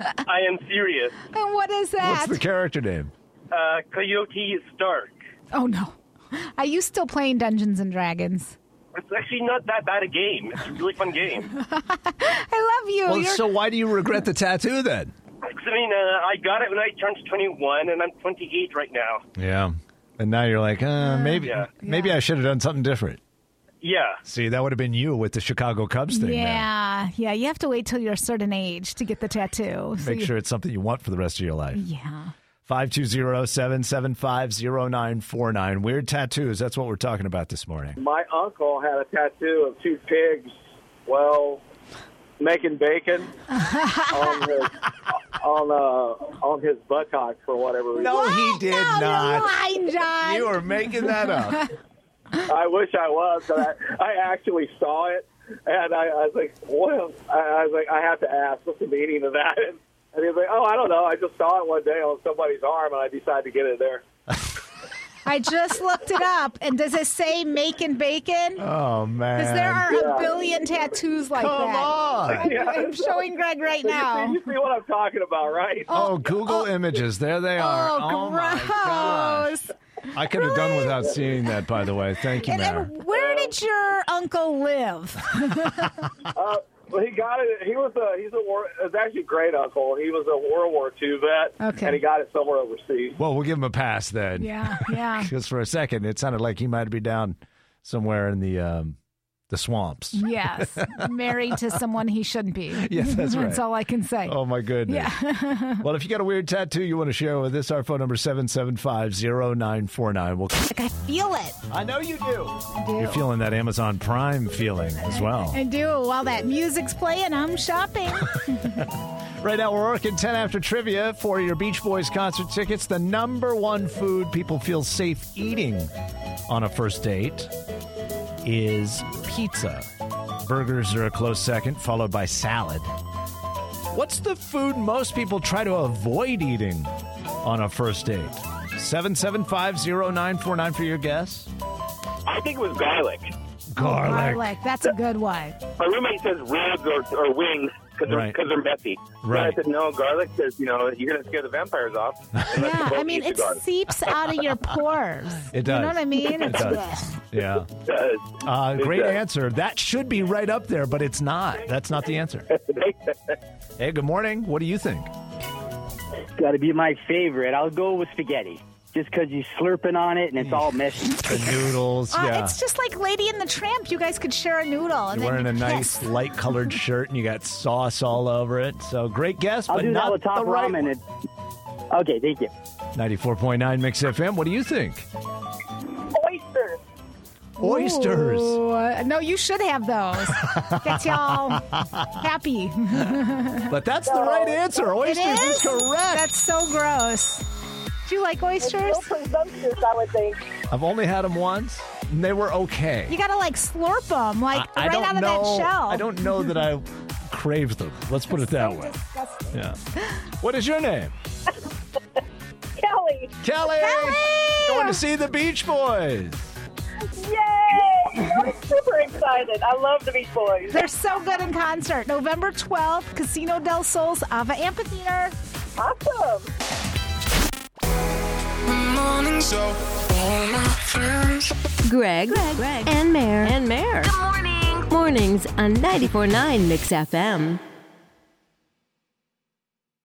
[SPEAKER 15] I am serious.
[SPEAKER 4] and what is that?
[SPEAKER 5] What's the character name?
[SPEAKER 15] Uh, Coyote Stark.
[SPEAKER 4] oh no. Are you still playing Dungeons and Dragons?
[SPEAKER 15] It's actually not that bad a game. It's a really fun game.
[SPEAKER 4] I love you.
[SPEAKER 5] well,
[SPEAKER 4] Oh, You're-
[SPEAKER 5] so why do you regret the tattoo then?
[SPEAKER 15] 'Cause, I mean, uh, I got it when I turned 21, and I'm 28 right now.
[SPEAKER 5] Yeah, and now you're like, uh, maybe maybe I should have done something different.
[SPEAKER 15] Yeah.
[SPEAKER 5] See, that would have been you with the Chicago Cubs thing. there.
[SPEAKER 4] yeah, yeah. You have to wait till you're a certain age to get the tattoo. So
[SPEAKER 5] Make
[SPEAKER 4] you-
[SPEAKER 5] sure it's something you want for the rest of your life.
[SPEAKER 4] Yeah.
[SPEAKER 5] 520-775-0949. Weird tattoos. That's what we're talking about this morning.
[SPEAKER 11] My uncle had a tattoo of two pigs, well, making bacon on his on uh, on his buttock for whatever reason.
[SPEAKER 5] No, he did No, you're not. lying,
[SPEAKER 4] John.
[SPEAKER 5] You are making that up.
[SPEAKER 11] I wish I was, but I, I actually saw it, and I, I was like, "What?" I,
[SPEAKER 16] Uh,
[SPEAKER 11] I was like, "I have to ask. What's the meaning of that?" And, he was like, "Oh, I don't know. I just saw it one day on somebody's arm, and I decided to get it there."
[SPEAKER 4] I just looked it up, and does it say make and bacon?
[SPEAKER 5] Oh, man.
[SPEAKER 4] Because there are a billion tattoos like
[SPEAKER 5] Come
[SPEAKER 4] that.
[SPEAKER 5] on.
[SPEAKER 4] I'm, I'm showing Greg right now.
[SPEAKER 11] You see what I'm talking about, right?
[SPEAKER 5] Oh, Google Images. There they are.
[SPEAKER 4] Oh,
[SPEAKER 5] my gosh.
[SPEAKER 4] gross.
[SPEAKER 5] I could have done without seeing that, by the way. Thank you,
[SPEAKER 4] And,
[SPEAKER 5] Mayor.
[SPEAKER 4] and where did your uncle live?
[SPEAKER 11] Uh, well, he got it. He was a he's a war. It's actually a great uncle. He was a World War II vet,
[SPEAKER 4] Okay.
[SPEAKER 11] and he got it somewhere overseas.
[SPEAKER 5] Well, we'll give him a pass then.
[SPEAKER 4] yeah, yeah.
[SPEAKER 5] Just for a second, it sounded like he might be down somewhere in the um, the swamps.
[SPEAKER 4] Yes, married to someone he shouldn't be.
[SPEAKER 5] Yeah, that's right.
[SPEAKER 4] That's all I can say.
[SPEAKER 5] Oh my goodness.
[SPEAKER 4] Yeah.
[SPEAKER 5] well, if you got a weird tattoo you want to share with us, our phone number is 775-0949. We'll
[SPEAKER 4] I feel it.
[SPEAKER 5] I know you do.
[SPEAKER 4] I do.
[SPEAKER 5] You're feeling that Amazon Prime feeling as well.
[SPEAKER 4] I do. While that music's playing, I'm shopping.
[SPEAKER 5] Right now, we're working 10 after trivia for your Beach Boys concert tickets. The number one food people feel safe eating on a first date is pizza. Burgers are a close second, followed by salad. What's the food most people try to avoid eating on a first date? 7750949 for your guess.
[SPEAKER 16] I think it was garlic.
[SPEAKER 5] Garlic.
[SPEAKER 4] Garlic. That's a good one.
[SPEAKER 16] My roommate says ribs or, or wings because they're,
[SPEAKER 5] Right.
[SPEAKER 16] 'cause they're messy.
[SPEAKER 5] Right.
[SPEAKER 16] And I said, no, garlic says, you know, you're going to scare the vampires off.
[SPEAKER 4] Yeah, I mean,
[SPEAKER 16] eat
[SPEAKER 4] it
[SPEAKER 16] the garlic.
[SPEAKER 4] seeps out of your pores.
[SPEAKER 5] It
[SPEAKER 4] You
[SPEAKER 5] does.
[SPEAKER 4] know what I mean?
[SPEAKER 5] It does. Yeah. Uh,
[SPEAKER 16] It
[SPEAKER 5] great
[SPEAKER 16] does.
[SPEAKER 5] answer. That should be right up there, but it's not. That's not the answer. hey, good morning. What do you think?
[SPEAKER 17] Got to be my favorite. I'll go with spaghetti. just because you're slurping on it and it's
[SPEAKER 5] Mm.
[SPEAKER 17] all messy.
[SPEAKER 5] The noodles,
[SPEAKER 4] Uh,
[SPEAKER 5] yeah.
[SPEAKER 4] It's just like Lady in the Tramp. You guys could share a noodle. And
[SPEAKER 5] You're
[SPEAKER 4] then
[SPEAKER 5] wearing a
[SPEAKER 4] you'd
[SPEAKER 5] nice
[SPEAKER 4] kiss.
[SPEAKER 5] light colored shirt and you got sauce all over it. So great guess,
[SPEAKER 17] I'll
[SPEAKER 5] but
[SPEAKER 17] do that
[SPEAKER 5] not
[SPEAKER 17] with top
[SPEAKER 5] the right
[SPEAKER 17] ramen. And, okay, thank you.
[SPEAKER 5] 94.9 Mix FM. What do you think?
[SPEAKER 4] Oysters.
[SPEAKER 5] Oysters.
[SPEAKER 4] no, you should have those. Gets y'all happy.
[SPEAKER 5] But that's the right answer. Oysters
[SPEAKER 4] it
[SPEAKER 5] is correct.
[SPEAKER 4] That's so gross. Do you like oysters? presumptuous, I would think.
[SPEAKER 5] I've only had them once, and they were okay.
[SPEAKER 4] You gotta like slurp them, like
[SPEAKER 5] I, I
[SPEAKER 4] right
[SPEAKER 5] don't
[SPEAKER 4] out of that
[SPEAKER 5] know-
[SPEAKER 4] shell.
[SPEAKER 5] I don't know that I crave them. Let's put it that way. Yeah. What is your name?
[SPEAKER 8] Kelly.
[SPEAKER 5] Kelly. Going to see the Beach Boys.
[SPEAKER 9] Yay! I'm super excited. I love the Beach Boys.
[SPEAKER 4] They're so good in concert. November 12th, Casino del Sol's Ava Amphitheater. Awesome.
[SPEAKER 8] Morning show. All my friends.
[SPEAKER 18] Greg, Greg, and Mare. And Mare. Good morning. Mornings on 94.9 Mix FM.